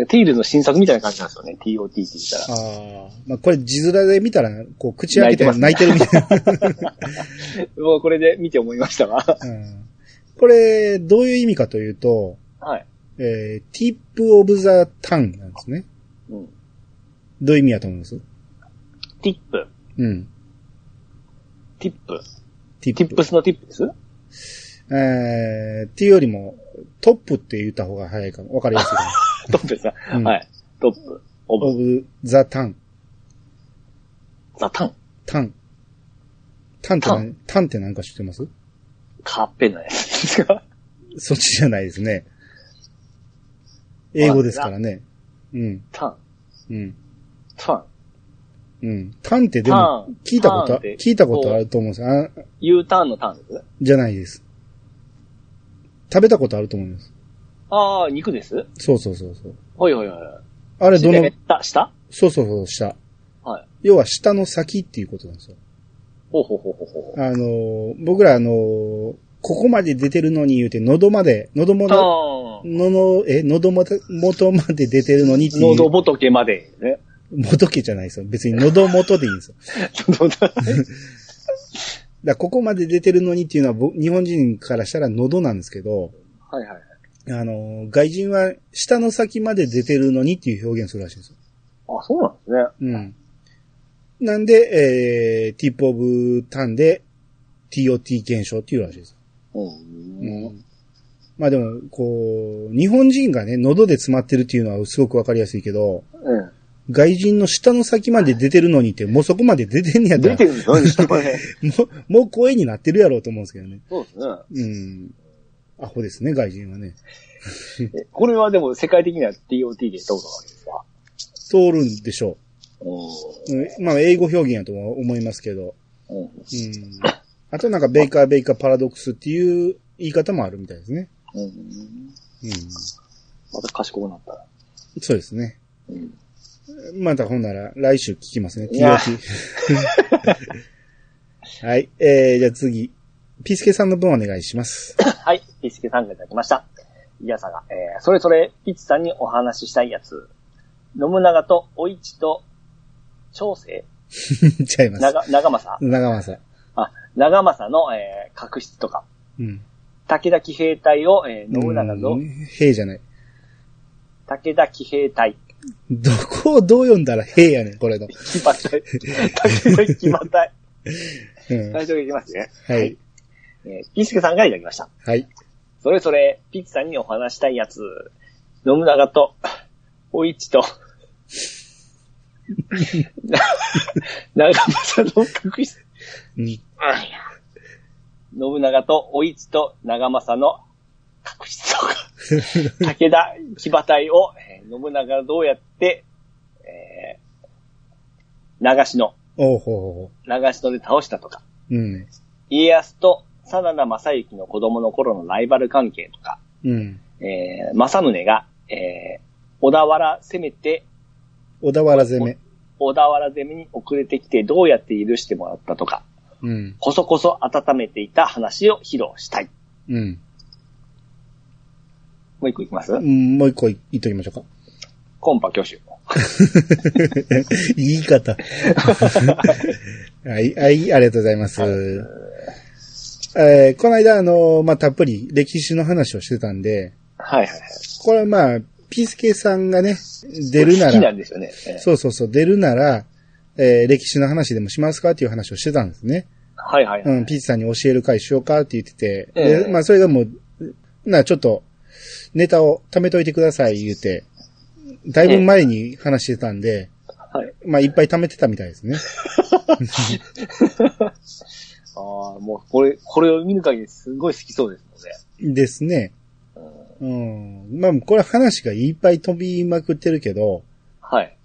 テイルズの新作みたいな感じなんですよね、TOT って言ったら。ああ。まあ、これ、字面で見たら、こう、口開けて泣いてるみたいな。もうこれで見て思いましたわ。 うん、これ、どういう意味かというと、はい。えー、tip of the tongue なんですね。うん。どういう意味やと思いますティップ。うん。ティップ。 tip ティップスのティップですえー、っていうよりも、トップって言った方が早いかも。わかりやすいかトップですか、うんはい。トップ。オ も。ブ。 of the tongue。ザタン。タン。タンって何、タンって何か知ってますカーペンのやつですかそっちじゃないですね。英語ですからね。うん、 タン。うん、タン。うん。タンってでタもン、聞いたことタンあ、って聞いたことあると思うんですよ。あ U ターンのターンですじゃないです。食べたことあると思います。ああ、肉ですそうそうそうそう。ほいほいほいほい。あれ、どの、下下そうそうそう、下。はい。要は、下の先っていうことなんですよ。ほうほうほうほうほう。あのー、僕ら、あのー、ここまで出てるのに言うて、喉まで、喉もの、ああ。のの、え、喉もた元まで出てるのにっていう。喉仏までね。元家じゃないですよ。別に喉元でいいんですよ。だか 喉仏らここまで出てるのにっていうのは僕、日本人からしたら喉なんですけど、はいはい。あの、外人は舌の先まで出てるのにっていう表現するらしいんですよ。あ、そうなんですね。うん。なんで、えー、tip of tongue で TOT 現象っていうらしいです。うん。まあでも、こう、日本人がね、喉で詰まってるっていうのはすごくわかりやすいけど、うん。外人の舌の先まで出てるのにって、もうそこまで出てんねやったら出、てるんですよ、下まで。もう、もう声になってるやろうと思うんですけどね。 そうですね。うん。アホですね、外人はね。えこれはでも世界的には TOT でどうなわけですか通るんでしょうう。うん、まあ、英語表現やとは思いますけど。ん。うん。うん。あとなんか、ベイカーベイカーパラドックスっていう言い方もあるみたいですね。うん。うん。また賢くなったら。そうですね。うん。またほんなら、来週聞きますね。いや TOT。はい。えー、じゃあ次。ピースケさんの分お願いし ます。はい、ピッチケさんがいただきました。イヤさんが、えー、それぞれピッチさんにお話ししたいやつ。信長とお市と、長生ちゃいます。長、長政長政。あ、長政の、えー、確執とか。うん。武田騎兵隊を、えー、信長うのん、兵じゃない。武田騎兵隊。どこをどう読んだら兵やねん、これの。騎 馬隊。武田騎馬隊。うん。は最初にいきますね。い。えー、ピースケさんがいただきました。はい。それぞれ、ピッチさんにお話したいやつ。信長と、お市と、 な長政の確執。うん。信長とお市と長政の確執とか。武田騎馬隊を、えー信長がどうやって、えー、長篠、おうほうほうほ長篠で倒したとか。う。うん。家康と真田正幸の子供の頃のライバル関係とか。うん。えー、正宗が、えー、小田原攻めて、小田原攻め。小田原攻めに遅れてきてどうやって許してもらったとか、うん。こそこそ温めていた話を披露したい。うん。もう一個いきます、うんもう一個い言っときましょうか。コンパ挙手。 言い方。はい、はい、ありがとうございます。えーこの間、あの、まあ、たっぷり歴史の話をしてたんで、はいはいはい。これはまあ、ピースケさんがね、出るな好きなら、んですよね。えーそうそうそう、出るなら、えー歴史の話でもしますかっていう話をしてたんですね。はいはいはい。うん、ピーチさんに教える会しようかって言ってて、でええまあそれがもう、な、ちょっと、ネタを貯めといてください言うて、だいぶ前に話してたんで、はい。まあいっぱい貯めてたみたいですね。ああ、もうこれ、これを見る限りすごい好きそうですですね。もんね。うんうん。まあこれ話がいっぱい飛びまくってるけど、はい。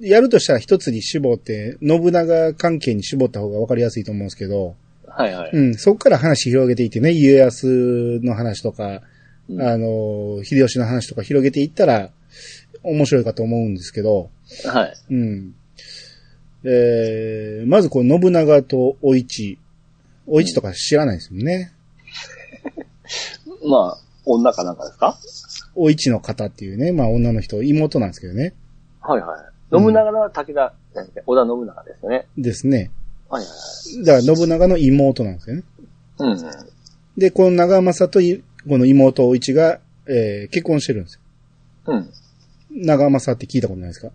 やるとしたら一つに絞って、信長関係に絞った方がわかりやすいと思うんですけど、はいはい。うん、そこから話広げていってね、家康の話とか、うんあの、秀吉の話とか広げていったら、面白いかと思うんですけど、はい。うん。えー、まずこう、信長とお市。お市とか知らないですもんね。まあ、女かなんかですかお市の方っていうね、まあ女の人、妹なんですけどね。はいはい。信長は武田、なんだっけ織田信長ですよね。ですね。はいはいだから信長の妹なんですよね。はい。うんうん。で、この長政といこの妹お市が、えー結婚してるんですよ。うん。長政って聞いたことないですか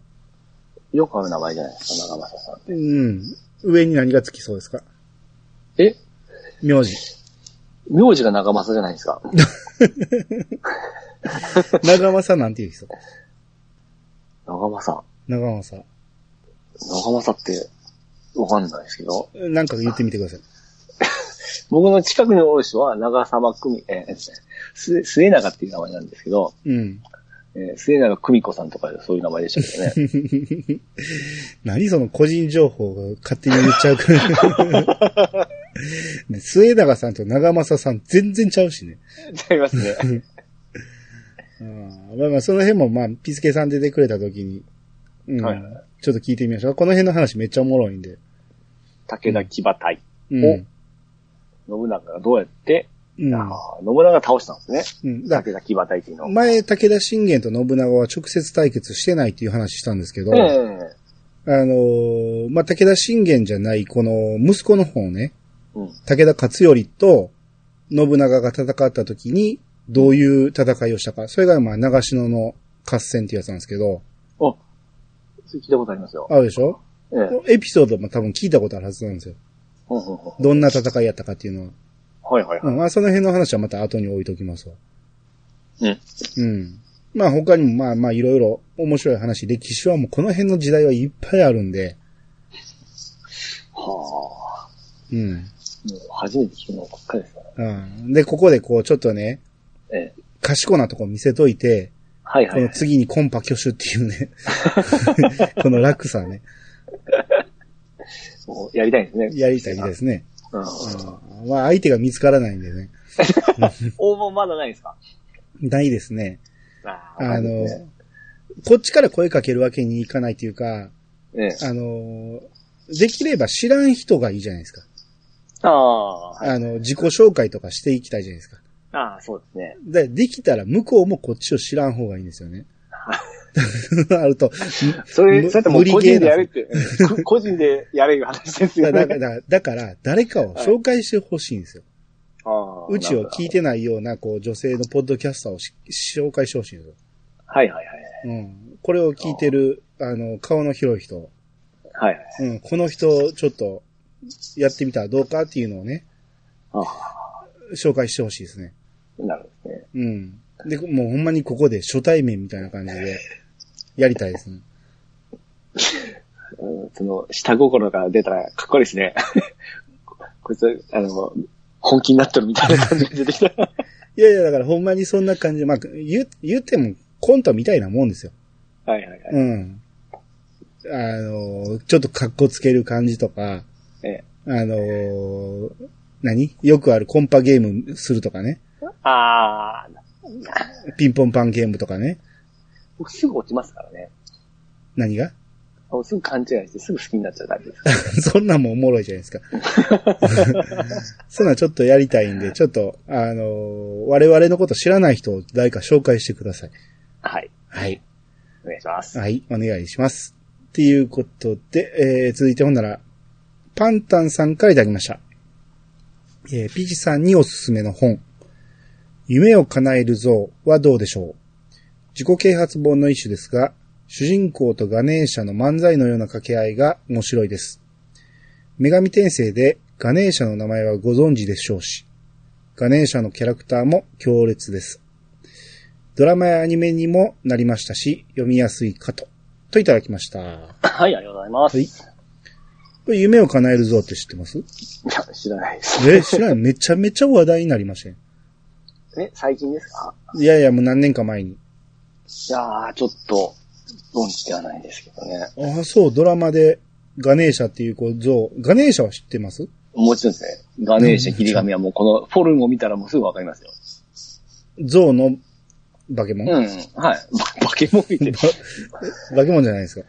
よくある名前じゃないですか、長政さん。うん。上に何がつきそうですかえ名字。名字が長政じゃないです か。長政なんていう人長政。長政。長政って、わかんないですけど。なんか言ってみてください。僕の近くにおる人は、長様久美、えーえっとね末、末永っていう名前なんですけど、うん。えー末永久美子さんとかそういう名前でしたけどね。 何その個人情報が勝手に言っちゃうから。 ね末永さんと長政さん全然ちゃうしね。違いますね。うんまあまあ、その辺もまあ、ピスケさん出てくれた時に、うんはいはちょっと聞いてみましょう。この辺の話めっちゃおもろいんで。武田騎馬隊。うん。お信長がどうやって、うんあー信長が倒したんですね。うん。だ武田騎馬隊っていうのを。前、武田信玄と信長は直接対決してないっていう話したんですけど、えあえのーまあ、武田信玄じゃない、この息子の方ね、うん。武田勝頼と信長が戦った時に、どういう戦いをしたか。それが、まあ、長篠の合戦っていうやつなんですけど、あ、それ聞いたことありますよ。あるでしょええエピソードも多分聞いたことあるはずなんですよ。うんうんうんどんな戦いやったかっていうのは。はいはいはうい。ん、まあ、その辺の話はまた後に置いときますわ。うん。うん。まあ、他にもまあまあ、いろいろ面白い話、歴史はもうこの辺の時代はいっぱいあるんで、はあ。うん。もう初めて聞くのばっかりですね。うん。で、ここでこう、ちょっとね、ええ。賢なとこ見せといて、はいはこいのはい。次にコンパ挙手っていうね、 この落差ね、もうやりたいですね。やりたいですね。うん。うんまあ、相手が見つからないんでね。応募まだないですかないですね。あーあわかんないのですね、こっちから声かけるわけにいかないというか、ええ。あの、できれば知らん人がいいじゃないですか。ああ、はい。あの、自己紹介とかしていきたいじゃないですか。ああ、そうですね。で、できたら向こうもこっちを知らん方がいいんですよね。 ある と、それ、むそうやってもう個無理ゲー人だでやるって、うんこ個人でやれる話で すよだだね。だだから、誰かを紹介してほしいんですよ。ああうちを聞いてないような、こう、女性のポッドキャスターをし紹介してほしいんですよ。はいはいはい。うん。これを聞いてる、あの、顔の広い人、はいはい。うん、この人、ちょっと、やってみたらどうかっていうのをね、ああ、紹介してほしいですね。なるほどですね。うん。で、もうほんまにここで初対面みたいな感じで、やりたいですね。うんその、下心が出たらかっこいいですね。 こいつ、あの、本気になってるみたいな感じで 出てきた。いやいや、だからほんまにそんな感じで、まあ、言う、言ってもコントみたいなもんですよ。はいはいはい。うん。あの、ちょっと格好つける感じとか、ええあの、何よくあるコンパゲームするとかね。ああ、ピンポンパンゲームとかね。僕すぐ落ちますからね。何が あすぐ勘違いして、すぐ好きになっちゃうタイプです。そんなんもおもろいじゃないですか。 そんなんちょっとやりたいんで、ちょっと、あの、我々のこと知らない人を誰か紹介してください。はい。はい。お願いします。はい、お願いします。っていうことで、えー、続いてほんなら、パンタンさんからいただきました。えー、ピチさんにおすすめの本。夢を叶える像はどうでしょう自己啓発本の一種ですが、主人公とガネーシャの漫才のような掛け合いが面白いです。女神転生でガネーシャの名前はご存知でしょうし、ガネーシャのキャラクターも強烈です。ドラマやアニメにもなりましたし、読みやすいかと。といただきました。はい、ありがとうございます。はいいこれ夢を叶えるぞって知ってますや、知らないです。え、知らない。めちゃめちゃ話題になりましたね。え、最近ですかいやいや、もう何年か前に。いやー、ちょっと、論じてはないですけどね。ああ、そう、ドラマで、ガネーシャっていうこう像。ガネーシャは知ってますもちろんですね。ガネーシャ、キリガミはもうこのフォルムを見たらもうすぐわかりますよ。像の化け物、うん、はい。ば化け物見てる。 化け物じゃないですか。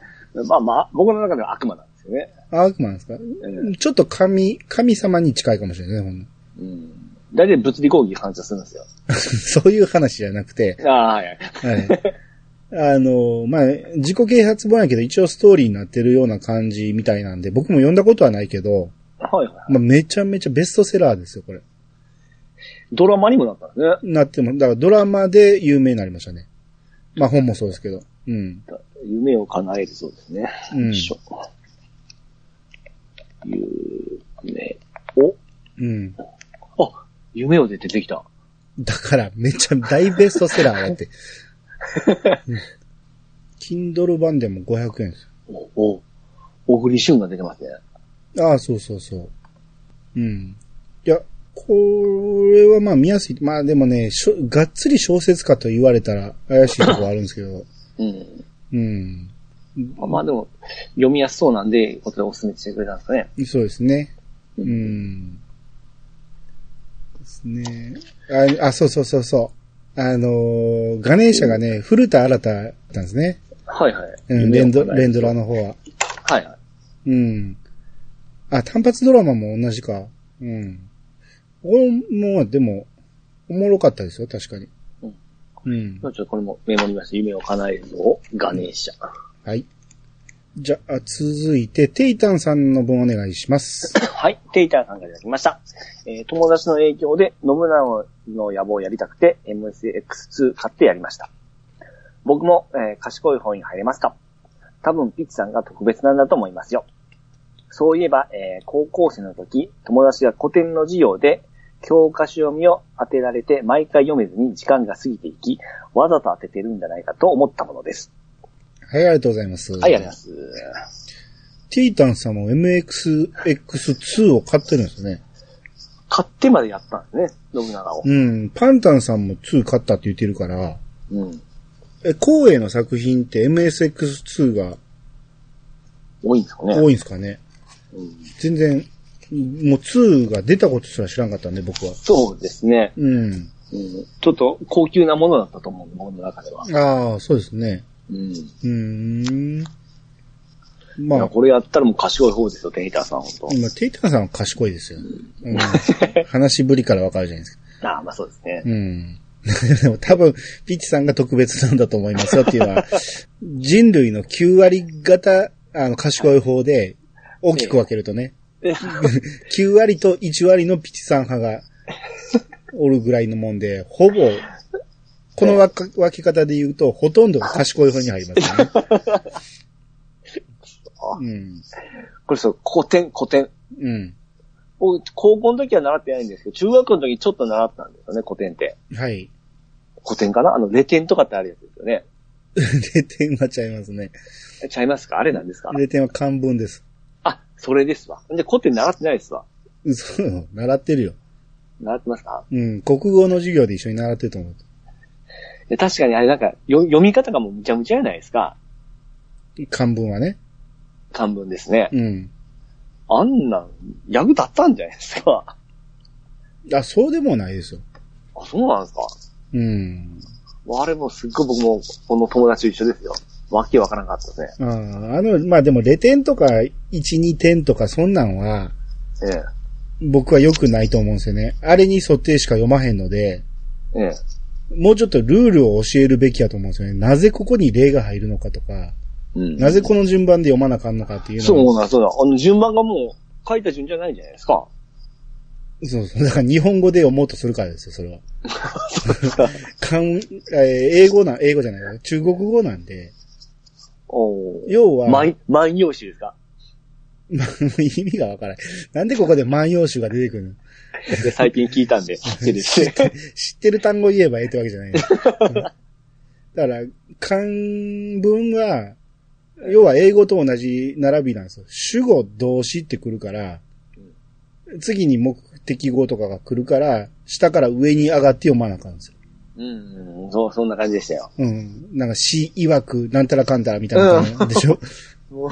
まあまあ、僕の中では悪魔なんですよね。あ悪魔なんですかうんちょっと神、神様に近いかもしれないね、ほんの うん、大体物理攻撃反射するんですよ。そういう話じゃなくて、ああ、はいはい。はい。あの、まあ、自己啓発本やけど、一応ストーリーになってるような感じみたいなんで、僕も読んだことはないけど、はいはい。まあ、めちゃめちゃベストセラーですよ、これ。ドラマにもなったんですね。なっても、だからドラマで有名になりましたね。まあ、本もそうですけど。うん。夢を叶えるそうですね。うんよいしょ夢を、うん。あ、夢を出てできた。だから、めちゃ大ベストセラーだって。うん。Kindle 版でも500円ですお、お、小栗旬が出てますね。よ。ああ、そうそうそう。うん。いや、これはまあ見やすい。まあでもね、しょがっつり小説家と言われたら怪しいとこあるんですけど。うん。うん。まあまあでも、読みやすそうなんで、こちらお勧めしてくれたんですかね。そうですね。ううんん。ですね。あ、あそうそうそうそう。あのーガネーシャがね、古田新太だったんですね。はいはい。うん、レンド、レンドラ。ラの方は。はいはい。うん。あ、単発ドラマも同じか。うん。これも、でも、おもろかったですよ、確かに。うんま。あちょっとこれもメモりました。夢を叶えるぞ。ガネーシャ。はい。じゃあ、続いて、テイタンさんの分お願いします。はい、テイターさんがいただきました。えー友達の影響で、信長の野望をやりたくて、MSX2 買ってやりました。僕も、えー賢い方に入れますか多分、ピッチさんが特別なんだと思いますよ。そういえば、えー高校生の時、友達が古典の授業で、教科書読みを当てられて、毎回読めずに時間が過ぎていき、わざと当ててるんじゃないかと思ったものです。はい、ありがとうございます。はい、ありがとうございます。ティータンさんも MXX2 を買ってるんですね。買ってまでやったんですね、信長を。うん。パンタンさんも2買ったって言ってるから、うん。え、光栄の作品って MSX2 が多いんですかね。多いんですかね。うん全然、もう2が出たことすら知らんかったんで、僕は。そうですね、うん。うん。ちょっと高級なものだったと思う、僕の中では。ああ、そうですね。うん。うーん。ままあ、あ、これやったらもう賢い方ですよ、テイターさん、本今、テイタンさんは賢いですよ。 うん、話しぶりからわかるじゃないですか。当。ああ、まあそうですね。うん。 でも多分、ピッチさんが特別なんだと思いますよっていうのは、人類の9割型、あの、賢い方で、大きく分けるとね、9割と1割のピッチさん派が、おるぐらいのもんで、ほぼ、このわか分け方で言うと、ほとんどが賢い方に入りますね。うん。これそう、古典、古典。うん。僕、高校の時は習ってないんですけど、中学の時ちょっと習ったんですよね、古典って。はい。 古典かなあの、レテンとかってあるやつですよね。 0点はちゃいますね。えちゃいますかあれなんですか0点は漢文です。あ、それですわ。で、古典習ってないですわ。嘘よ。習ってるよ。習ってますかうん。国語の授業で一緒に習ってると思う。で確かにあれなんか、よ読み方がもうむちゃむちゃじゃないですか。漢文はね。漢文ですね。うん。あんなん、役立ったんじゃないですか。あ、そうでもないですよ。あ、そうなんですか。うん。あれもすっごい僕も、この友達と一緒ですよ。わけわからなかったですね。あーあの、まあでも0点とか1、2点とかそんなんは、え僕は良くないと思うんですよね。あれに沿ってしか読まへんので、え、ええ。もうちょっとルールを教えるべきやと思うんですよね。なぜここに例が入るのかとか、うんなぜこの順番で読まなあかんのかっていうのそうをなん、そうなん。あの、順番がもう、書いた順じゃないじゃないですか。そうそう。だから日本語で読もうとするからですよ、それは。漢えー英語な、英語じゃないわ中国語なんで、おー要は、万、万葉集ですか 意味がわからない。なんでここで万葉集が出てくるので最近聞いたんで。そ うですね。知ってる単語言えばええってわけじゃないの。うんだから、漢文は、要は英語と同じ並びなんですよ。主語、動詞って来るから、次に目的語とかが来るから、下から上に上がって読まなあかんんですよ。うん、うんそう、そんな感じでしたよ。うん。なんか、死曰く、なんたらかんたらみたいな感じでしょ、もう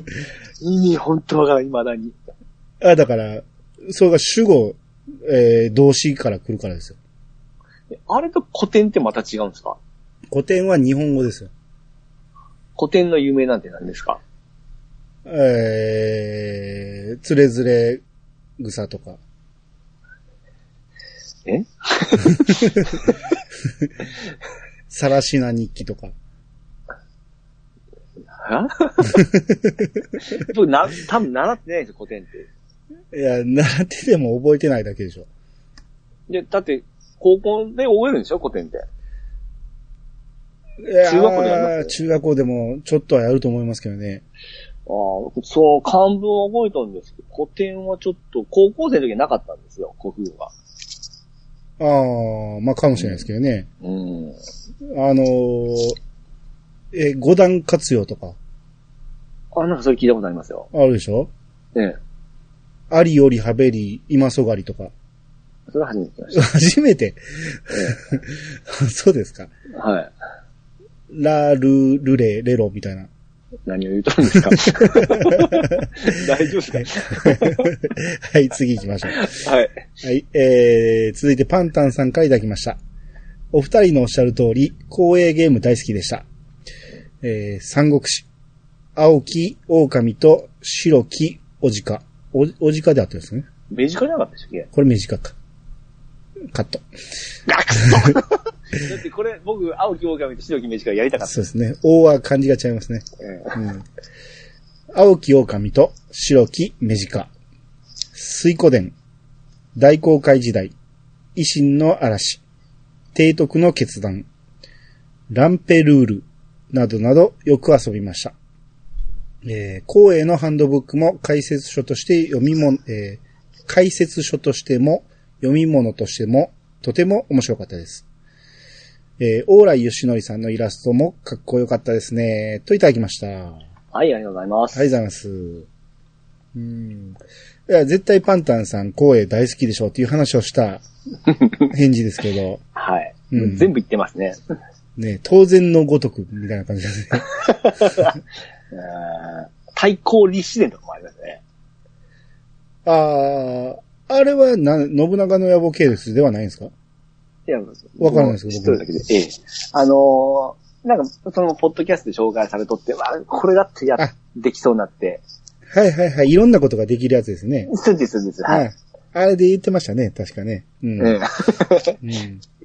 意味本当が未だに。あ、だから、それが主語、えー動詞から来るからですよ。あれと古典ってまた違うんですか古典は日本語ですよ。古典の有名なんて何ですかえー、つれづれ草とか。えさらしな日記とか。 は 僕な、多分習ってないんですよ、古典って。いや、習ってても覚えてないだけでしょ。で、だって、高校で覚えるんでしょ、古典って。中学校でやります中学校でもちょっとはやると思いますけどね。ああ、そう、漢文は覚えたんですけど、古典はちょっと、高校生の時はなかったんですよ、国語が。ああ、まあかもしれないですけどね。うん。あのーえ、五段活用とか、あ、なんかそれ聞いたことありますよ。あるでしょええ。ありよりはべり、今そがりとか。それ初めて聞きまし初めて。 そうですか。 た。はい。ラ、ル、ルレ、レロみたいな。 何を言うとるんですか 大丈夫ですはい、次行きましょう。かはい。はい、えー、続いてパンタンさんからいただきました。お二人のおっしゃる通り、光栄ゲーム大好きでした。えー、三国志。青木、狼と白木、おじか。お、おじかであってるんですね。身近じゃなかったでしたっけこれ短か。カット。 だってこれ、僕、青木狼と白木目近やりたかった。そうですね。王は漢字が違いますね。えうん。青木狼と白木目近。水古伝。大航海時代。維新の嵐。提督の決断。ランペルール。などなどよく遊びました。えー、光栄のハンドブックも解説書として読みも、えー解説書としても読み物としてもとても面白かったです。えー、オーライヨシノリさんのイラストもかっこよかったですね。といただきました。はいえはい、ありがとうございま、す。ありがとうございます。うん。いや、絶対パンタンさん、光栄大好きでしょうっていう話を した返事ですけど、はい。うん全部言ってますね。ね、当然のごとくみたいな感じです ね。えー対抗立志伝とかもありますね。ああ、あれはな、信長の野望系列ではないんですかいや、わからないです知っけとどるだけで。ええ。あのーなんか、その、ポッドキャストで紹介されとって、わあ、これだってやあ、できそうになって。はいはいはい。いろんなことができるやつですね。そうです、そうです。は。はいい。あれで言ってましたね、確かね。うん。えうん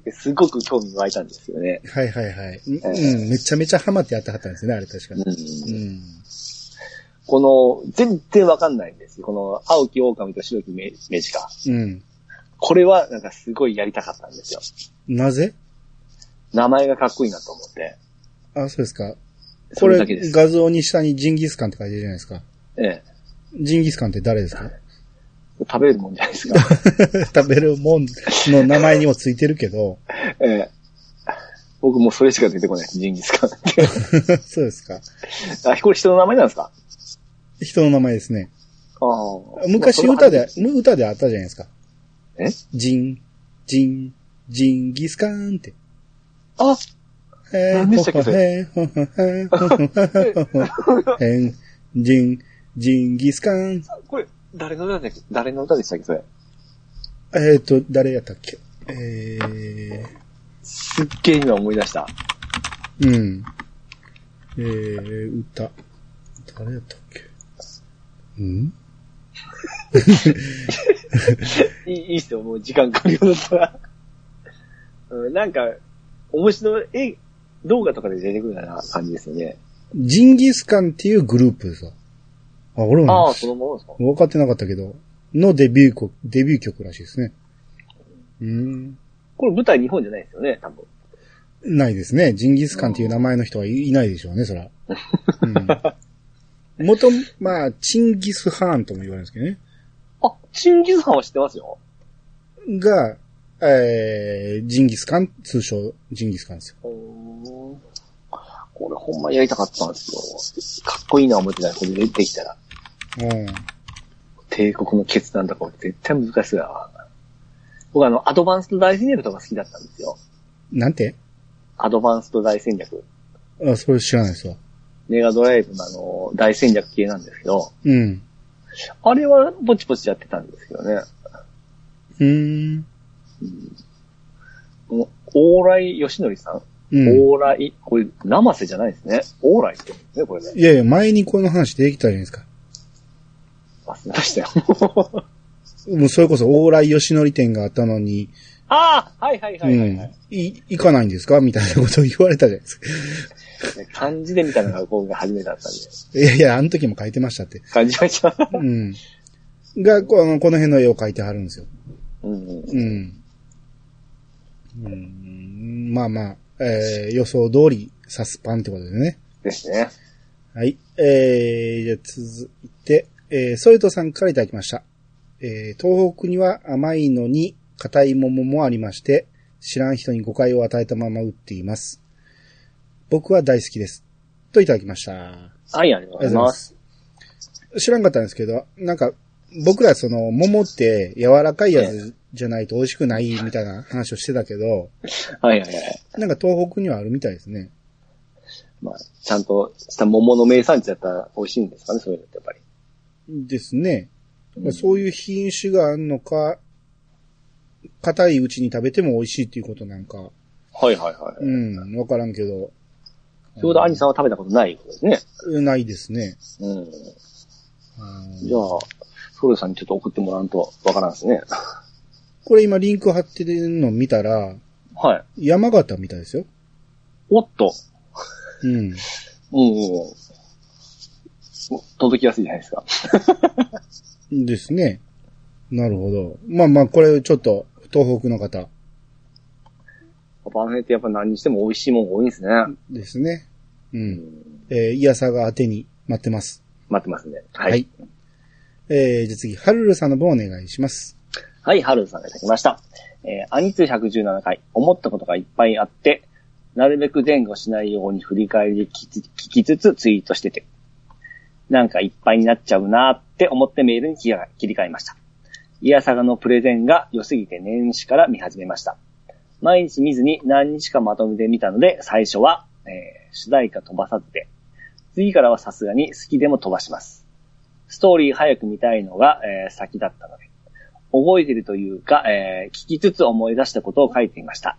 え すごく興味湧いたんですよね。はいはいはい、えうん。めちゃめちゃハマってやってはったんですね、あれ確かに。うんうん。この、全然わかんないんですよ。この、青き狼と白き目目しか。うん。これは、なんかすごいやりたかったんですよ。なぜ名前がかっこいいなと思って。あ、そうですか。そこれれだけで、す。画像に下にジンギスカンって書いてるじゃないですか。ええ。ジンギスカンって誰ですか食べるもんじゃないですか。食べるもんの名前にもついてるけど。ええ。僕もうそれしか出てこないです、ジンギスカン って。そうですか。あ、これ人の名前なんですか人の名前ですね。ああ昔歌で、歌であったじゃないですか。えジン、ジン、ジンギスカンって。あ、え何でしたっけそへほほへほほへほほへんジン、ジンギスカン。これ、誰の歌で、誰の歌でしたっけ、それ。えっ、と、誰やったっけえー、すっげえ今思い出した。 うん。えー、歌。誰やったっけんいい、いいっすよ、もう時間かかるようになったら。 うん、なんか、面白い、え、動画とかで出てくるような感じですよね。ジンギスカンっていうグループですわあ、俺ああ、もそのものですか分かってなかったけど、のデビュー曲、デビュー曲らしいですね。うん。これ舞台日本じゃないですよね、多分。ないですね。ジンギスカンっていう名前の人はいいないでしょうね、そら。うん。元、まあ、チンギスハーンとも言われるんですけどね。あ、チンギスハンは知ってますよ。が、えー、ジンギスカン、通称ジンギスカンですよ。これほんまやりたかったんですよ。かっこいいな思ってたら、これ出てきたら。うん。帝国の決断とかも絶対難しいわ。僕あの、アドバンスト大戦略とか好きだったんですよ。なんてアドバンスト大戦略。あ、それ知らないですわ。メガドライブのあの、大戦略系なんですけど、うん。あれはぼちぼちやってたんですけどね。うーん。この往来義則さん、うん。往来、これ、生瀬じゃないですね。往来って言うんですね、これね。いやいや、前にこの話できたじゃないですか。忘れましたよ。もうそれこそ、往来吉典店があったのに、 ああはいはいはいはい、はうん。い、行かないんですかみたいなことを言われたじゃないですか。 い。漢字でみたいなのが今回初めてだったんで。いやいや、あの時も書いてました って。漢字は一番。 うん。が、こあのこの辺の絵を描いてはるんですよ。うんうん。うん。うん、まあまあ、えー、予想通り、サスパンってことでね。ですね。はい。えー、じゃあ続いて、えー、ソルトさんからいただきました。えー、東北には甘いのに硬い桃もありまして、知らん人に誤解を与えたまま売っています。僕は大好きです。といただきました。はい、ありがとうございます。知らんかったんですけど、なんか、僕らその、桃って柔らかいやつじゃないと美味しくないみたいな話をしてたけど、はいはいはい。なんか東北にはあるみたいですね。まあ、ちゃんとした桃の名産地だったら美味しいんですかね、そういうのってやっぱり。ですね。まうあ、んそういう品種があるのか、硬いうちに食べても美味しいっていうことなんか、はいはいはう。ん、わからんけど。ちょうど兄さんは食べたことないことですね。ん。ないですね。うん。うんじゃあ、ソルさんにちょっと送ってもらわんとわからんですね。これ今リンク貼ってるの見たら、はい。山形みたいですよ。おっと。うん。うんうんうん。お届きやすいじゃないですか。ですね。なるほど。まあまあ、これちょっと、東北の方バンヘってやっぱ何にしても美味しいもん多いんですね。ですね。う。うんん。えー、いやさが当てに待ってます。待ってますね。は。はいはい、えー、じゃあ次、はるるさんの分お願いします。ハルさんがいただきました。えー、アニツ117回、思ったことがいっぱいあって、なるべく前後しないように振り返りきつ聞きつつツイートしてて、なんかいっぱいになっちゃうなーって思ってメールに切り替え切り替えました。イヤサガのプレゼンが良すぎて年始から見始めました。毎日見ずに何日かまとめてみたので、最初は、えー主題歌飛ばさずで、次からはさすがに好きでも飛ばします。ストーリー早く見たいのが、えー先だったので、覚えてるというか、えー聞きつつ思い出したことを書いていました。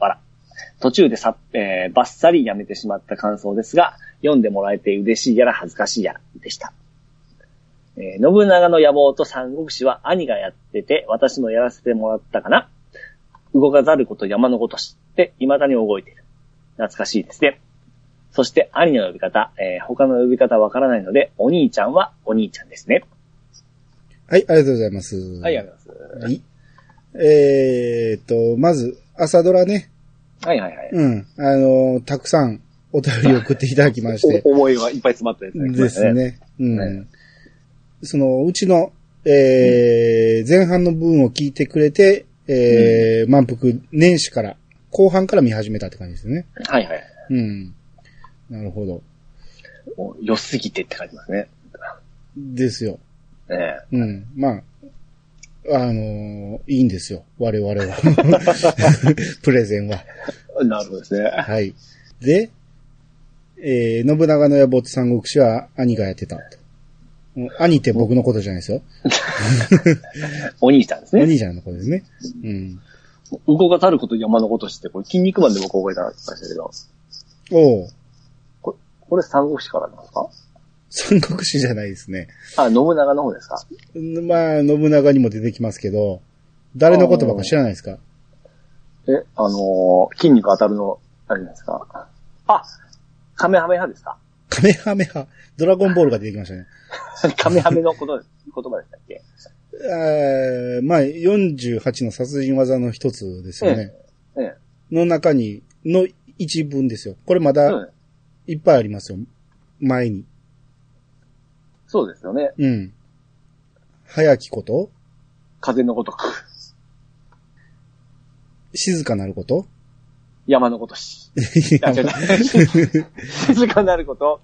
あら。途中でさ、えーバッサリやめてしまった感想ですが、読んでもらえて嬉しいやら恥ずかしいやらでした。えー信長の野望と三国志は兄がやってて、私もやらせてもらったかな。動かざること山のことしって、未だに動いている。懐かしいですね。そして兄の呼び方、えー他の呼び方わからないので、お兄ちゃんはお兄ちゃんですね。はい、ありがとうございます。はい、ありがとうございます。はい。えーっと、まず、朝ドラね。はい、はい、はい。うん。あのーたくさんお便りを送っていただきまして。お思いはいっぱい詰まったやつが来までしたす。ね。うん。ねその、うちの、えー前半の部分を聞いてくれて、えー満腹、年始から、後半から見始めたって感じですね。はい、はい。うん。なるほど。もう良すぎてって感じますね。ですよ。ええうん。まあ、あのーいいんですよ。我々は。 プレゼンは。 なるほどですね。はい。で、えー、信長の野望と三国志は兄がやってたと。うん兄って僕のことじゃないですよ。お兄ちゃんですおね。兄ちゃんのことですね。うん。動かざること山のことしって、これ、筋肉マンで僕覚えたんですけど、おうこれ三国志からなんですか三国志じゃないですね。あ、信長の方ですかんまあ、信長にも出てきますけど、誰のことばか知らないですかえ、あのー筋肉当たるの、あれじゃないですか。あ、カメハメハですか カメハメハ、ドラゴンボールが出てきましたね。カメハメのこと、 言葉でしたっけえーまあ、48の殺人技の一つですよね。ええ。の中に、の一文ですよ。これまうだん。いっぱいありますよ。前に。そうですよね。うん。早きこと風のごとく、静かなること山のことし。あ違う静かになること。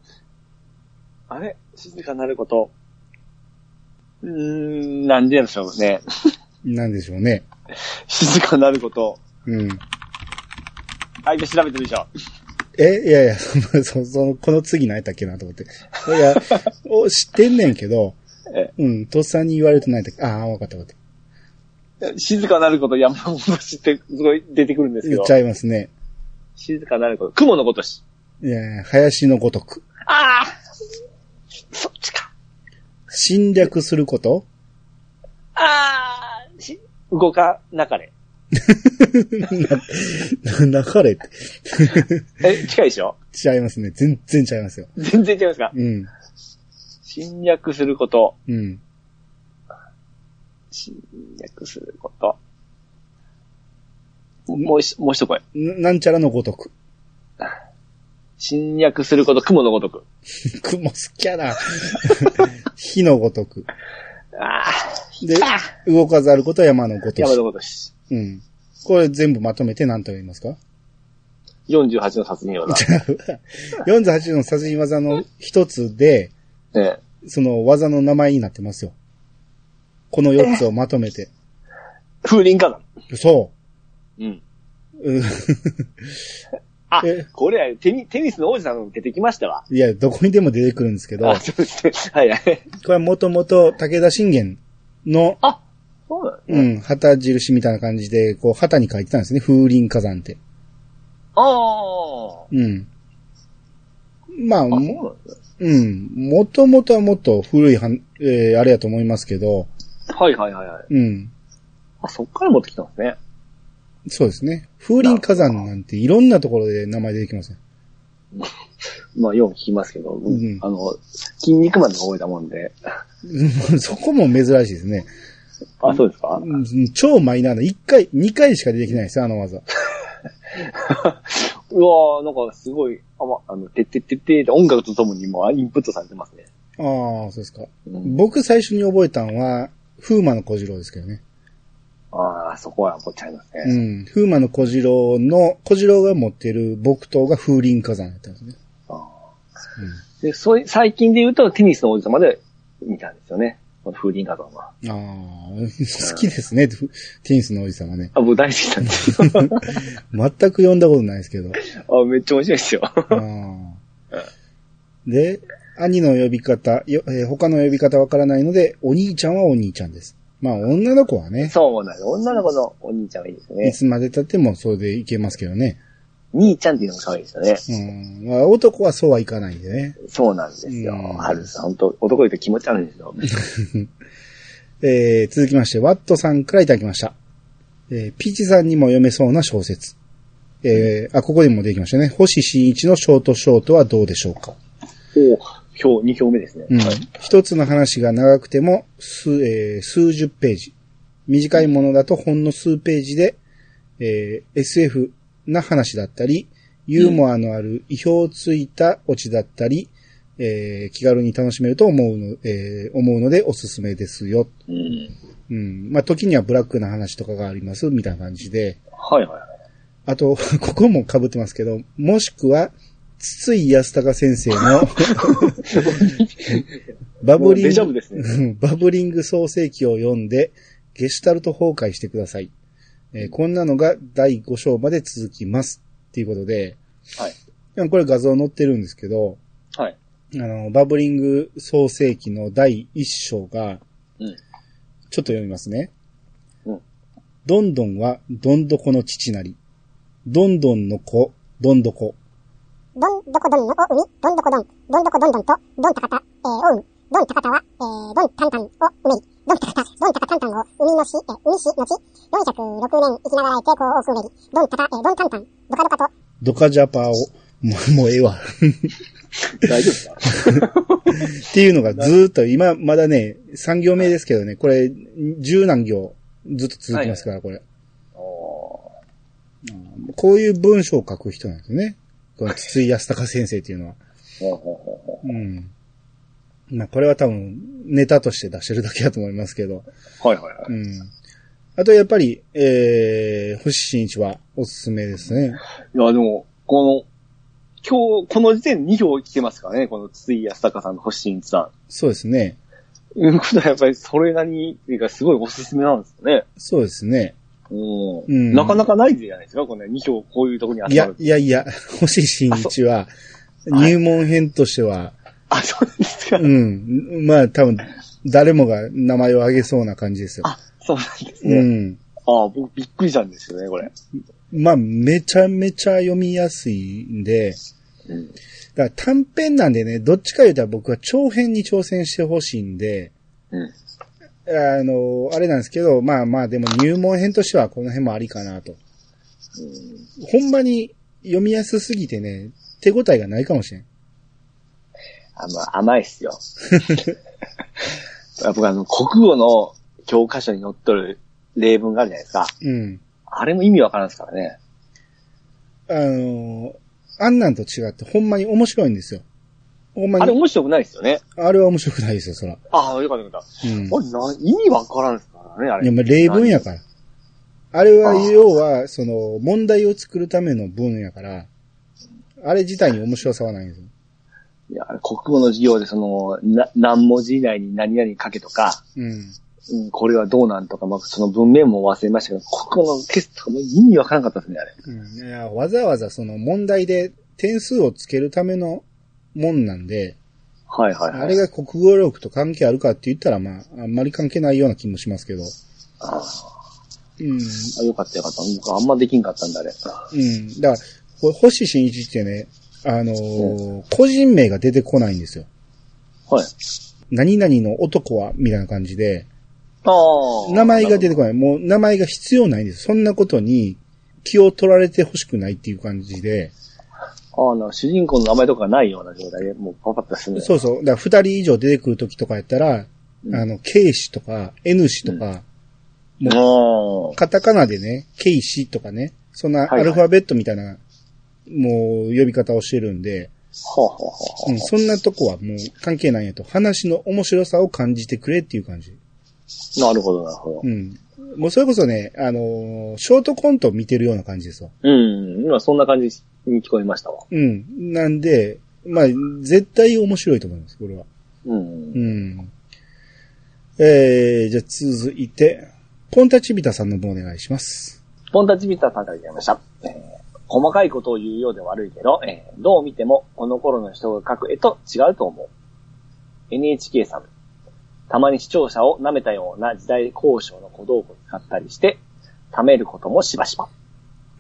あれ静かになること。うーん、なんででしょうね。 なんでしょうね。静かになること。うん。あ、今調べてみましょえ、いやい や、その、そのその、この次何やったっけなと思って。いや、お知ってんねんけどえ、うん、とっさに言われると何やったっけああ、わかったわかった。う。静かになること、山のことしって、すごい出てくるんですけ言どっち。ゃいますね。静かになること。雲のことし。いや、林のごとく。ああそっちか。侵略すること ああし動かなかれ。な、流れって。 え、近いでしょ違いますね。全然違いますよ。全然違いますかうん。侵略すること。うん。侵略すること。もう一、もう一声。ななんちゃらのごとく。 侵略すること、雲のごとく。雲好きやな。 火のごとく。ああ、でああ動かざること山のごと山しの。ごとし。うん。これ全部まとめて何と言いますか 48の殺人技。 48の殺人技の一つで、ええその技の名前になってますよ。この4つをまとめて。風林火山。そうん。う。うん あえ、これテニ、テニスの王子さんの出てきましたわ。いや、どこにでも出てくるんですけど、あ、こそうですね。はいはい。れはもともと武田信玄の、あ、そうなんですうね。ん、旗印みたいな感じで、こう、旗に書いてたんですね。風林火山って。ああ。うん。まあ、あ、そうなんですね。うん。もともとはもっと古いはん、えーあれやと思いますけど、はいはいはいはい。うん。あ、そっから持ってきたんですね。そうですね。風林火山なんていろんなところで名前出てきますね。まあ、よう聞きますけど、うんうんあの、筋肉マンが覚えたもんで。うん そこも珍しいですね。あ、そうですかうん超マイナーな。1回、2回しか出てきないですよ、あの技。うわーなんかすごい、あ、ま、あの、てってってってって音楽とともにもうインプットされてますね。ああ、そうですか。うん、僕最初に覚えたのは、風魔の小次郎ですけどね。ああ、そこは怒っちゃいますうね。ん。風魔の小次郎の、小次郎が持ってる木刀が風林火山だったんですね。あーでそうい最近で言うとテニスの王子様で見たんですよね。この風林火山は。ああ、 好きですね、ふテニスのおじさんはね。あ、僕大好きなんですよ。 全く読んだことないですけど。あめっちゃ面白いですよ。 ああで、兄の呼び方、よえー他の呼び方わからないので、お兄ちゃんはお兄ちゃんです。まあ、女の子はね、そうなんです。女の子のお兄ちゃんはいいですいね。つまで経ってもそれでいけますけどね。兄ちゃんっていうのも可愛いですよね。うんまあ、男はそうはいかないんでね。そうなんですようん。春さん、本当男いると気持ち悪いんですよ。えー続きまして、ワットさんからいただきました。えーピーチさんにも読めそうな小説。えーあ、ここにもできましたね。星新一のショートショートはどうでしょうか。お票、2票目ですね。うんはい。一つの話が長くても数、えー数十ページ。短いものだとほんの数ページで、えー SF な話だったり、ユーモアのある意表をついたオチだったり、えー気軽に楽しめると思うの、えー思うのでおすすめですよ。うん。うん。まあ、時にはブラックな話とかがあります、みたいな感じで。はいはいはい。あと、 ここも被ってますけど、もしくは、筒井康隆先生 のバもブうリンデグジャブですね。うん バブリング創世記を読んで、ゲシュタルト崩壊してください。えーこんなのが第5章まで続きます。っていうことで、はいでもこれ画像載ってるんですけど、はい。あの、バブリング創世記の第1章が、うんちょっと読みますね。うんどんどんはどんどこの父なり。どんどんの子、どんどこ。どんどこどんのおうに、どんどこどん、どんどこどんどんと、どんたかた、えー、おう、どんたかたは、えー、どんたんたんをうめり、どんたかた、どんたかたんたんを海のし、えー、海しのち、406年生きながらえ傾向をくめり、どんたか、えー、どんたんたん、どかどかと、ドカジャパーを、もう、もうええわ。大丈夫ですかっていうのがずーっと、今、まだね、3行目ですけどね、これ、十何行、ずっと続きますから、これ。おこういう文章を書く人なんですね。この筒井康隆先生っていうのは。ーほうほうほうほうん。まあ、これは多分、ネタとして出してるだけだと思いますけど。うはいはいはうい。ん。あと、やっぱり、えー、星新一はおすすめですね。いや、でも、この、今日、この時点で2票来てますからね、この筒井康隆さんと星新一さそうですね。ん。いうことはやっぱりそれなりに、っていうかすごいおすすめなんですよね。そうですね。うんうんなかなかないじゃないですか、この2票こういうとこにい集まやる、。いやいや、 星新一は、入門編としては、あ、そうなんですか。 うん。まあ、多分、誰もが名前を挙げそうな感じですよ。あ、そうなんですね。うん。あ僕びっくりしたんですよね、これ。まあ、めちゃめちゃ読みやすいんで、うん。だから短編なんでね、どっちか言うたら僕は長編に挑戦してほしいんで、うん。えあの、あれなんですけど、まあまあ、でも入門編としてはこの辺もありかなと。ほんまに読みやすすぎてね、手応えがないかもしれん。あまあ、甘いっす よ。僕あの、国語の教科書に載っとる例文があるじゃないですか。うん。あれも意味わからんですからね。あの、あんなんと違ってほんまに面白いんですよ。ほんまあれに、面白くないですよね。あれは面白くないですよ、そら。ああ、よかったよかった。うん。あれな、意味わからんですからね、あいや、れ。まあ例文やから。あれはあ、ー要は、その、問題を作るための文やから、あれ自体に面白さはないんですよ。いや、あれ国語の授業でその、な、何文字以内に何々書けとか、うん。うん、これはどうなんとか、まあ、その文面も忘れましたけど、国語のテストとかも意味わからんかったですね、あれ。うん、いやわざわざその問題で点数をつけるためのもんなんで、はいはいはい。あれが国語力と関係あるかって言ったら、まあ、あんまり関係ないような気もしますけど。ああうん。あよかったよかった。僕あんまできんかったんだ、あれ。うん。だから、これ星新一ってね、あのー個人名が出てこないんですよ。はい。何々の男は、みたいな感じで、ああ。名前が出てここない。もう名前が必要ないんです。そんなことに気を取られてほしくないっていう感じで。ああ、な主人公の名前とかがないような状態で、もうパパッとする。。そううそう。だから二人以上出てくるときとかやったら、うんあの、K 氏とか N 氏とか、あカタカナでね、K 氏とかね、そんなアはいはいルファベットみたいな、もう呼び方をしてるんで、あ。はあはあはあうん、そんなとこはもう関係ないんやと。話の面白さを感じてくれっていう感じ。なるほど、なるほどう。ん。もうそれこそね、あのーショートコントを見てるような感じですよ。うん。今そんな感じに聞こえましたわ。うん。なんで、まあ、絶対面白いと思います、これは。うんう。ん。えー、じゃあ続いて、ポンタチビタさんの方お願いします。ポンタチビタさんからいただきました。えー細かいことを言うようで悪いけど、えーどう見てもこの頃の人が描く絵と違うと思う。NHK さん。たまに視聴者を舐めたような時代交渉の小道具を使ったりして、貯めることもしばしば。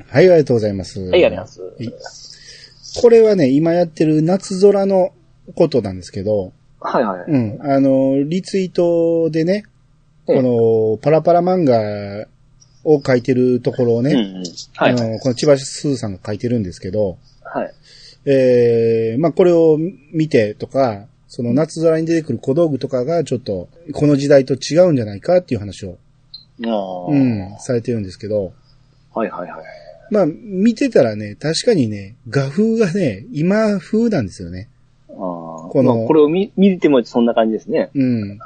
はい、ありがとうございます。はい、ありがとうございはます。いこれはね、今やってる夏空のことなんですけど、はいはい。はいうん、あの、リツイートでね、うんこの、パラパラ漫画を書いてるところをね、うんうん。はいはあい。のこの千葉すーさんが書いてるんですけど、はい。ええまあこれを見てとか、その夏空に出てくる小道具とかがちょっと、この時代と違うんじゃないかっていう話を、あーうん、されてるんですけど、はいはいはい。まあ見てたらね、確かにね、画風がね、今風なんですよね。あここのの、まあ、これを見見てもそんな感じですね。うん。う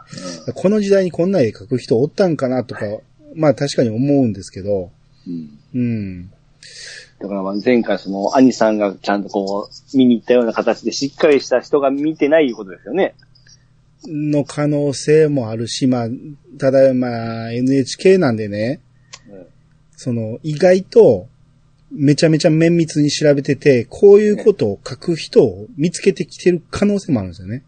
この時代にこんな絵描く人おったんかなとか、まあ確かに思うんですけど、ん。うん。だからまあ前回その兄さんがちゃんとこう見に行ったような形でしっかりした人が見てないことですよね。の可能性もあるし、まあ、ただまあ NHK なんでね、うんその、意外と、めちゃめちゃ綿密に調べてて、こういうことを書く人を見つけてきてる可能性もあるんですよね。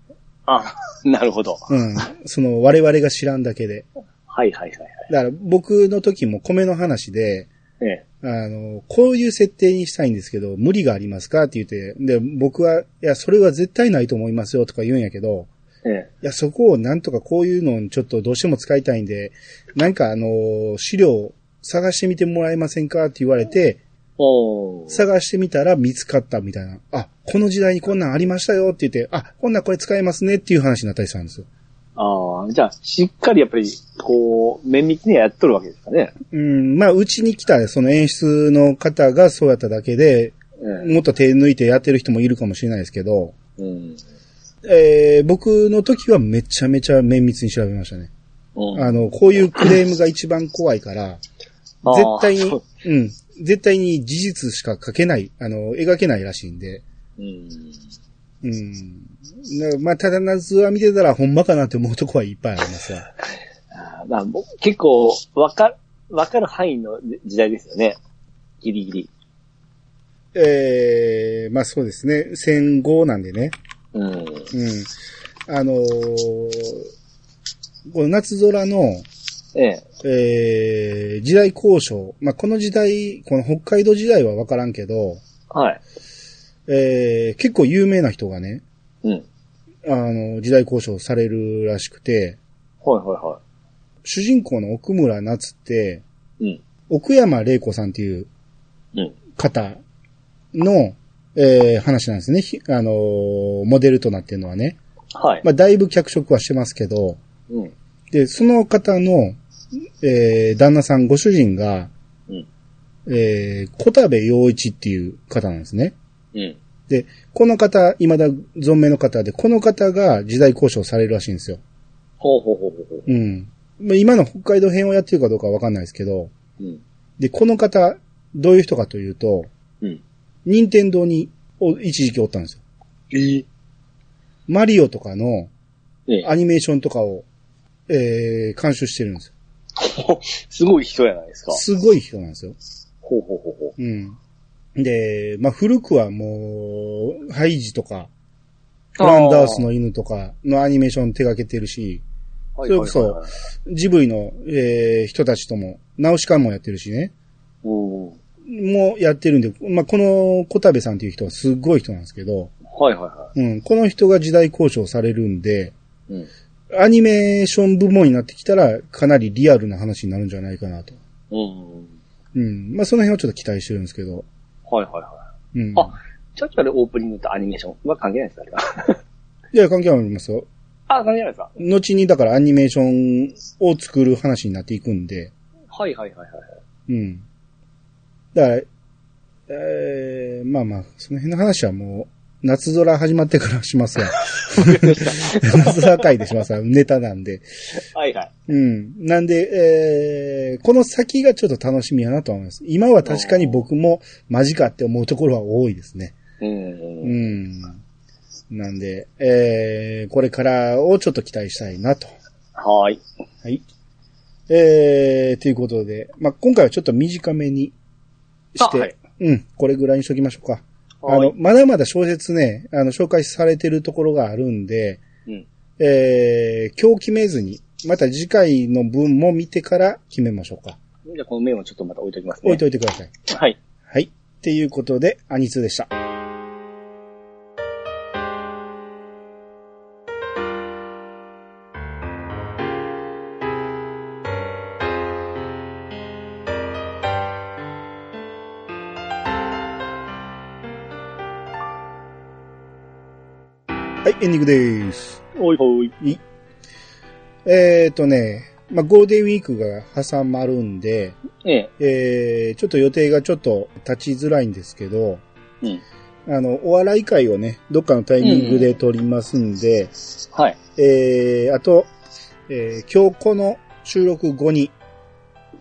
あ、 なるほど。うん。その、我々が知らんだけで。はいはいはいはい。だから、僕の時も米の話で、ええ。あの、こういう設定にしたいんですけど、無理がありますかって言って、で、僕は、いや、それは絶対ないと思いますよとか言うんやけど、ええ。いや、そこをなんとかこういうのにちょっとどうしても使いたいんで、なんかあの、資料を探してみてもらえませんかって言われて、おー探してみたら見つかったみたいな。あ、この時代にこんなんありましたよって言って、あ、こんなんこれ使えますねっていう話になったりしたんですよ。ああ、じゃあ、しっかりやっぱり、こう、綿密にはやっとるわけですかね。うん、まあ、うちに来たその演出の方がそうやっただけで、えもっと手抜いてやってる人もいるかもしれないですけど、え。うん。えー僕の時はめちゃめちゃ綿密に調べましたね。うんあの、こういうクレームが一番怖いから、あー絶対にそう、うん、絶対に事実しか書けない、あの、描けないらしいんで、うん。うん。なまあ、ただ夏は見てたらほんまかなって思うとこはいっぱいあります わ。あーまあ、もう結構、わか、わかる範囲の時代ですよね。ギリギリ。ええまあそうですね。戦後なんでね。うん。うん。あのーこの夏空の、ええ。ええ時代交渉。まあこの時代、この北海道時代はわからんけど、はい。ええ結構有名な人がね、うん。あの、時代交渉されるらしくて、はいはいは主人公の奥村夏って、うん。奥山玲子さんっていううん。方の、えー話なんですね。ひあのーモデルとなってるのはね。はい。まあ、だいぶ脚色はしてますけど、うん。で、その方の、えー旦那さん、ご主人が、うんえー小田部陽一っていう方なんですね。うん。この方、未だ存命の方で、この方が時代交渉されるらしいんですよ。ほうほうほうほうほうん。まあ今の北海道編をやってるかどうかはわかんないですけど、う。うん。で、この方、どういう人かというと、うん。任天堂にお一時期おったんですよ。えマリオとかのええアニメーションとかを、えー、監修してるんですよ。すごい人やないですか。すごい人なんですよ。ほうほうほうほうん。で、まあ、古くはもう、ハイジとか、う。フランダースの犬とかのアニメーション手掛けてるし、あー、それこそはいはいはいはいジブリの、えー人たちとも、ナウシカもやってるしね、うん。はいもうやってるんで、まあ、この小田部さんっていう人はすごい人なんですけど、はいはうん、この人が時代交渉されるんで、い。うん。アニメーション部門になってきたら、かなりリアルな話になるんじゃないかなと。うん。うん。まあ、その辺をちょっと期待してるんですけど。はいはいはうん。あい。ちょっとあれオープニングとアニメーションは関係ないですかあれは いや、関係ありますよ。あ、関係ないですか後にだからアニメーションを作る話になっていくんで、はいはいはいはい。うん。だから、えー、まあまあ、その辺の話はもう、夏空始まってからしますわ。 夏空会でしますわ。ネタなんで。はいはい。うん。なんで、えー、この先がちょっと楽しみやなと思います。今は確かに僕もマジかって思うところは多いですね。うんう。ん。なんで、えー、これからをちょっと期待したいなと。はーい。はい。えー、ということで、まあ、今回はちょっと短めにしあて、はいうん、これぐらいにしときましょうか。あはーの、い。まだまだ小説ね、あの、紹介されてるところがあるんで、うんえー、今日決めずに、また次回の分も見てから決めましょうか。じゃあこの面をちょっとまた置いときますね。置いといてください。はい。はい。っていうことで、アニツーでした。はい、エンディングです。おいほい。えーとね、まあ、ゴールデンウィークが挟まるんで、ええ。えー、ちょっと予定がちょっと立ちづらいんですけど、うんあの、お笑い会をね、どっかのタイミングで撮りますんで、はい。えー、あと、えー、今日この収録後に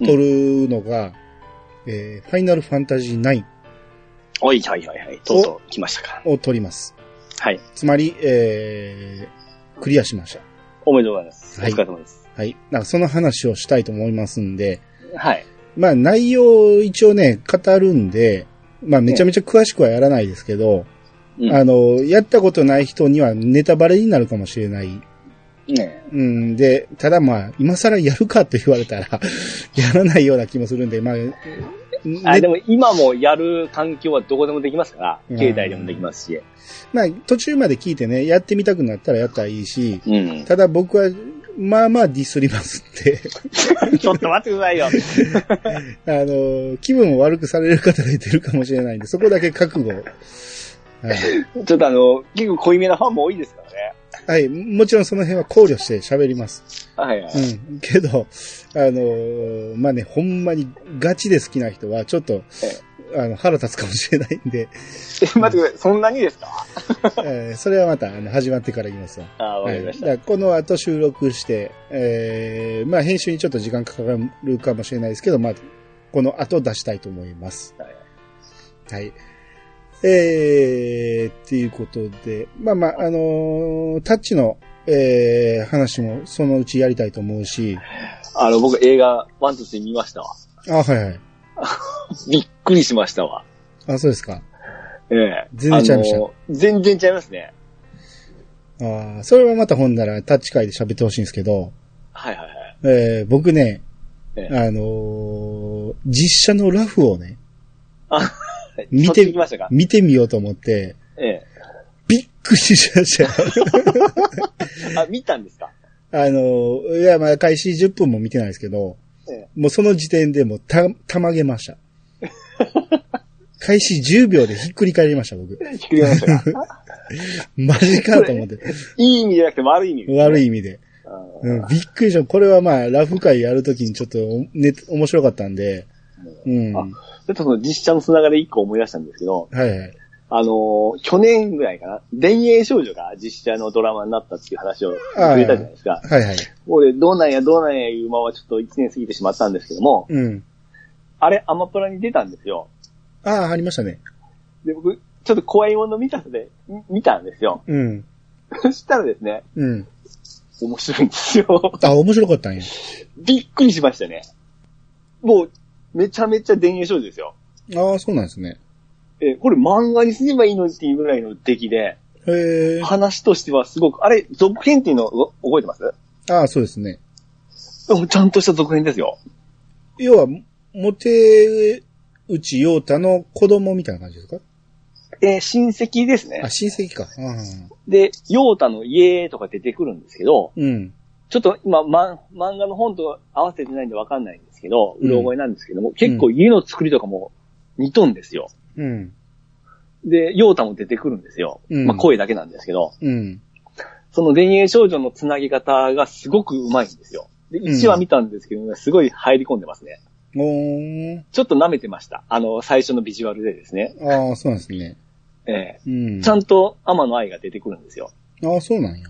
撮るのが、えー、ファイナルファンタジー9おい、はいはいはい。とうとう来ましたか。を撮ります。はい。つまり、えー、クリアしました。おめでとうございます。はいお疲れ様です。はい。なんかその話をしたいと思いますんで、はい。まあ内容を一応ね、語るんで、まあめちゃめちゃ詳しくはやらないですけど、うんあの、やったことない人にはネタバレになるかもしれない。ねうんで、ただまあ、今更やるかと言われたら、 やらないような気もするんで、まあ、ねえあ、でも今もやる環境はどこでもできますから、うん携帯でもできますし。まあ、途中まで聞いてね、やってみたくなったらやったらいいし、うん。ただ僕は、まあまあディスりますって、 ちょっと待ってくださいよ。あの、気分を悪くされる方がいてるかもしれないんで、そこだけ覚悟。はいちょっとあの、結構濃いめなファンも多いですからね。はい、もちろんその辺は考慮して喋ります。はいはい。うん。けど、あのーまあね、ほんまにガチで好きな人は、ちょっと、あの、腹立つかもしれないんで、え、待ってください。そんなにですか えーそれはまた、あの、始まってから言いますわ。あわかりました。はいだからこの後収録して、えーまあ編集にちょっと時間かかるかもしれないですけど、まあ、この後出したいと思います。はいはい。えー、っていうことで、まあまあ、あのータッチの、えー話もそのうちやりたいと思うし、あの、僕映画、ワンとして見ましたわ。あ、はいはい。びっくりしましたわ。あ、そうですか。ええ。全然ちゃいましたあの全然ちゃいますね。ああ、それはまた本ならタッチ会で喋ってほしいんですけど、はいはいはい。えー僕ね、ええあのー実写のラフをね、見見ててきましたか見てみようと思って、ええ。 びっくりしましたよ。あ、見たんですかあの、いや、まあ、開始10分も見てないですけど、えもうその時点でもうた、たまげました。開始10秒でひっくり返りました、僕。え。ひっくり返り ましたがマジかと思って。いい意味じゃなくて悪い意味です。悪い意味で。ううん、びっくりした。これはまあ、ラフ会やるときにちょっとお、ね、面白かったんで、うん。あはいん。ちょっとその実写のつながりで一個思い出したんですけど、はい。あのー去年ぐらいかな、田園少女が実写のドラマになったっていう話をくれたじゃないですか。はいはい。俺、どうなんや、どうなんや、いうままちょっと1年過ぎてしまったんですけども、うん。あれ、アマプラに出たんですよ。ああ、ありましたね。で、僕、ちょっと怖いもの見たので、み見たんですよ。 うん。そしたらですね、うん。面白いんですよ。 あ、面白かったんや。びっくりしましたね。もう、めちゃめちゃ田園少女ですよ。ああ、そうなんですね。えーこれ漫画にすればいいのにっていうぐらいの出来で、へえ。話としてはすごく、あれ、続編っていうのを覚えてますああ、そうですね。うんちゃんとした続編ですよ。要は、モテ内陽太の子供みたいな感じですかえー親戚ですねあ、。親戚か。あで、ヨータの家とか出てくるんですけど、ーうん。ちょっと今、ま、漫画の本と合わせてないんでわかんないんですけど、うんうろ覚えなんですけども、結構家の作りとかも似とんですよ。うん。で、ヨータも出てくるんですよ。うんまあ声だけなんですけど、うん。その田園少女のつなぎ方がすごくうまいんですよ。で、うん1話見たんですけどね、すごい入り込んでますね。おー。ちょっと舐めてました。あの、最初のビジュアルでですね。ああ、そうなんですね。えうん。えちゃんと天の愛が出てくるんですよ。ああ、そうなんや。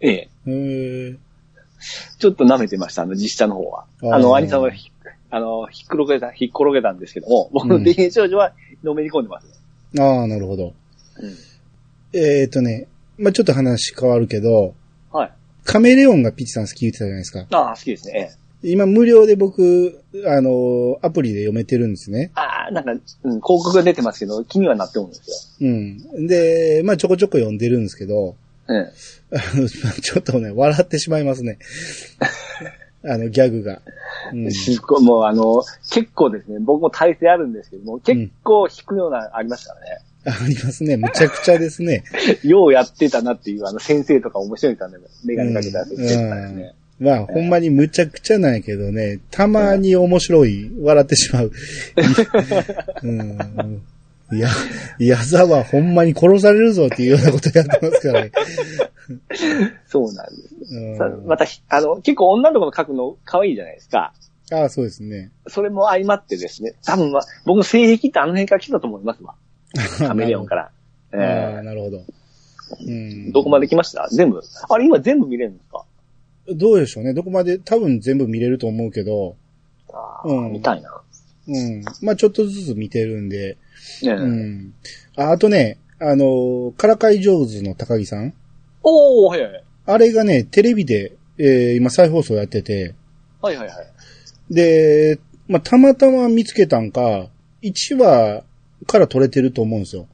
ええへえ。ちょっと舐めてました、あの、実写の方は。ああーの、兄さんはひ、あの、ひっくろげた、ひっころげたんですけども、僕の田園少女はのめり込んでますね。ああ、なるほど。うんえっ、ー、とね、まあちょっと話変わるけど、はい。カメレオンがピッチさん好き言ってたじゃないですか。ああ、好きですね。ええ今無料で僕、あのーアプリで読めてるんですね。ああ、なんか、うん、広告が出てますけど、気にはなっておるんですうん。で、まあちょこちょこ読んでるんですけど、よ。えあの、 ちょっとね、笑ってしまいます ね。あの、ギャグが。うんえ。すっごい、もうあの、結構ですね、僕も体勢あるんですけども、結構引くような、ありましたからね。ありますね。むちゃくちゃですね。ようやってたなっていう、あの、先生とか面白いからね、メガネかけたやつ言ってたですね。まあ、ほんまにむちゃくちゃなんやけどね、たまに面白い、笑ってし まう。うん、いや、矢沢ほんまに殺されるぞっていうようなことやってますからね。そうなんです。うんさまたひ、あの、結構女の子の描くの可愛いじゃないですか。ああ、そうですね。それも相まってですね、多分は、僕の性癖ってあの辺から来たと思いますわ。カメレオンから。ああ、えなるほど。うんえどこまで来ました全部。あれ、今全部見れるんですかどうでしょうね。どこまで、多分全部見れると思うけど、ああ、うん見たいな。うん。まあ、ちょっとずつ見てるんで、ねえうん。ああとね、あの、からかい上手の高木さん。おー、はいはいはい。あれがね、テレビで、えー今再放送やってて、はいはいはい。で、まあ、たまたま見つけたんか、1話から撮れてると思うんですよ。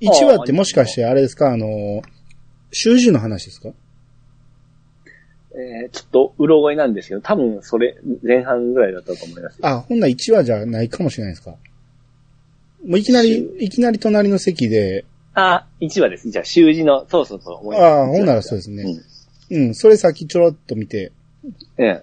1話ってもしかしてあれですか、あの、習字の話ですかえー、ちょっと、うろ覚えなんですけど、多分それ、前半ぐらいだったと思います。あ、ほんなら1話じゃないかもしれないですか。もういきなり、いきなり隣の席で、あ、1話です。じゃあ、習字の、そうそうそう、思い出ああ、ほんならそうですね。うん、それさっきちょろっと見て、うん。え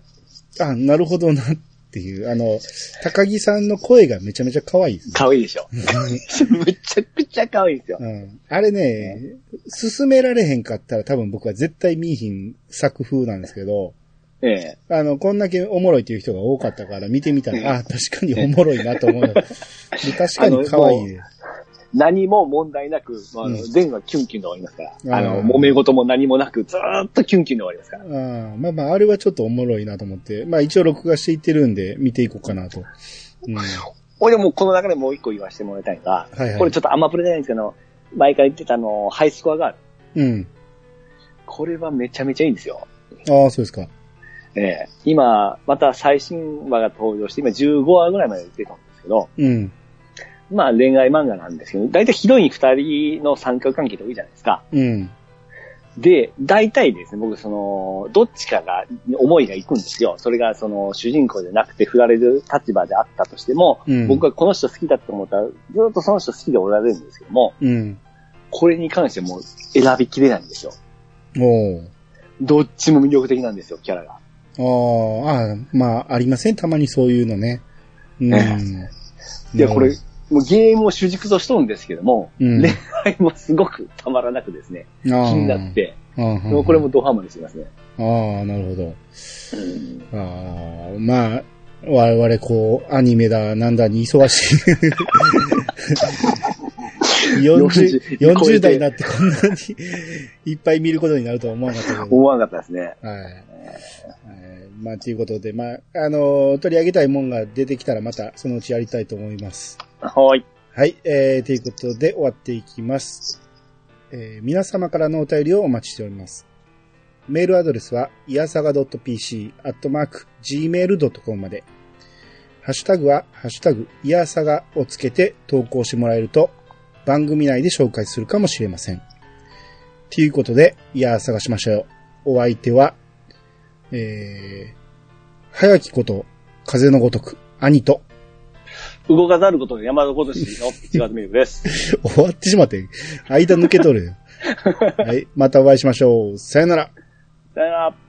あ、なるほどなっていう、あの、高木さんの声がめちゃめちゃ可愛いですえ、かわいいでしょ。 めちゃくちゃかわいいですよ。うんあれね、進められへんかったら多分僕は絶対見いひん作風なんですけど、ええ。あの、こんだけおもろいっていう人が多かったから見てみたら、あ、確かにおもろいなと思う。で確かに可愛いです。何も問題なく、まああのうん全話キュンキュンで終わりますから。あうの、ん揉め事も何もなく、ずーっとキュンキュンで終わりますから。あまあまあ、あれはちょっとおもろいなと思って、まあ一応録画していってるんで見ていこうかなと。うん、俺もうこの中でもう一個言わせてもらいたいのが、はいはいこれちょっとアマプレじゃないんですけど、前から言ってたあの、ハイスコアがある。うん。これはめちゃめちゃいいんですよ。ああ、そうですか。ええ今、また最新話が登場して、今15話ぐらいまで出たんですけど、うん。まあ恋愛漫画なんですけど、大体ヒロイン二人の三角関係って多いじゃないですか。うん。で、大体ですね、僕、その、どっちかが、思いが行くんですよ。それが、その、主人公じゃなくて、振られる立場であったとしても、うん僕はこの人好きだと思ったら、ずっとその人好きでおられるんですけども、うん。これに関してもう選びきれないんですよ。おーどっちも魅力的なんですよ、キャラが。あーあー、まあ、ありません。たまにそういうのね。 うん。ねいや、これ、もうゲームを主軸としとるんですけども、うん恋愛もすごくたまらなくですね、気気になっ。て、あーもうこれも。ドハマりしてますね。あーあー、なるほど。ああ、まあ、我々こう、アニメだ、なんだに忙 しい。40, 40超えて40代になってこんなに いっぱい見ることになるとは思わなかったけど。思わなかったですね。はい。はいまあ、ということで、まあ、あの取り上げたいもんが出てきたらまたそのうちやりたいと思います。はい。はい、えー、ということで終わっていきます。えー皆様からのお便りをお待ちしております。メールアドレスは、いやさが .pc、アットマーク、gmail.com まで。ハッシュタグは、ハッシュタグ、いやさがをつけて投稿してもらえると、番組内で紹介するかもしれません。ということで、いやさがしましたよ。お相手は、えー、早きこと、風のごとく、兄と、動かざることで山田ことし の1月メイクです。終わってしまって、間抜けとる。はい、またお会いしましょう。さよなら。さよなら。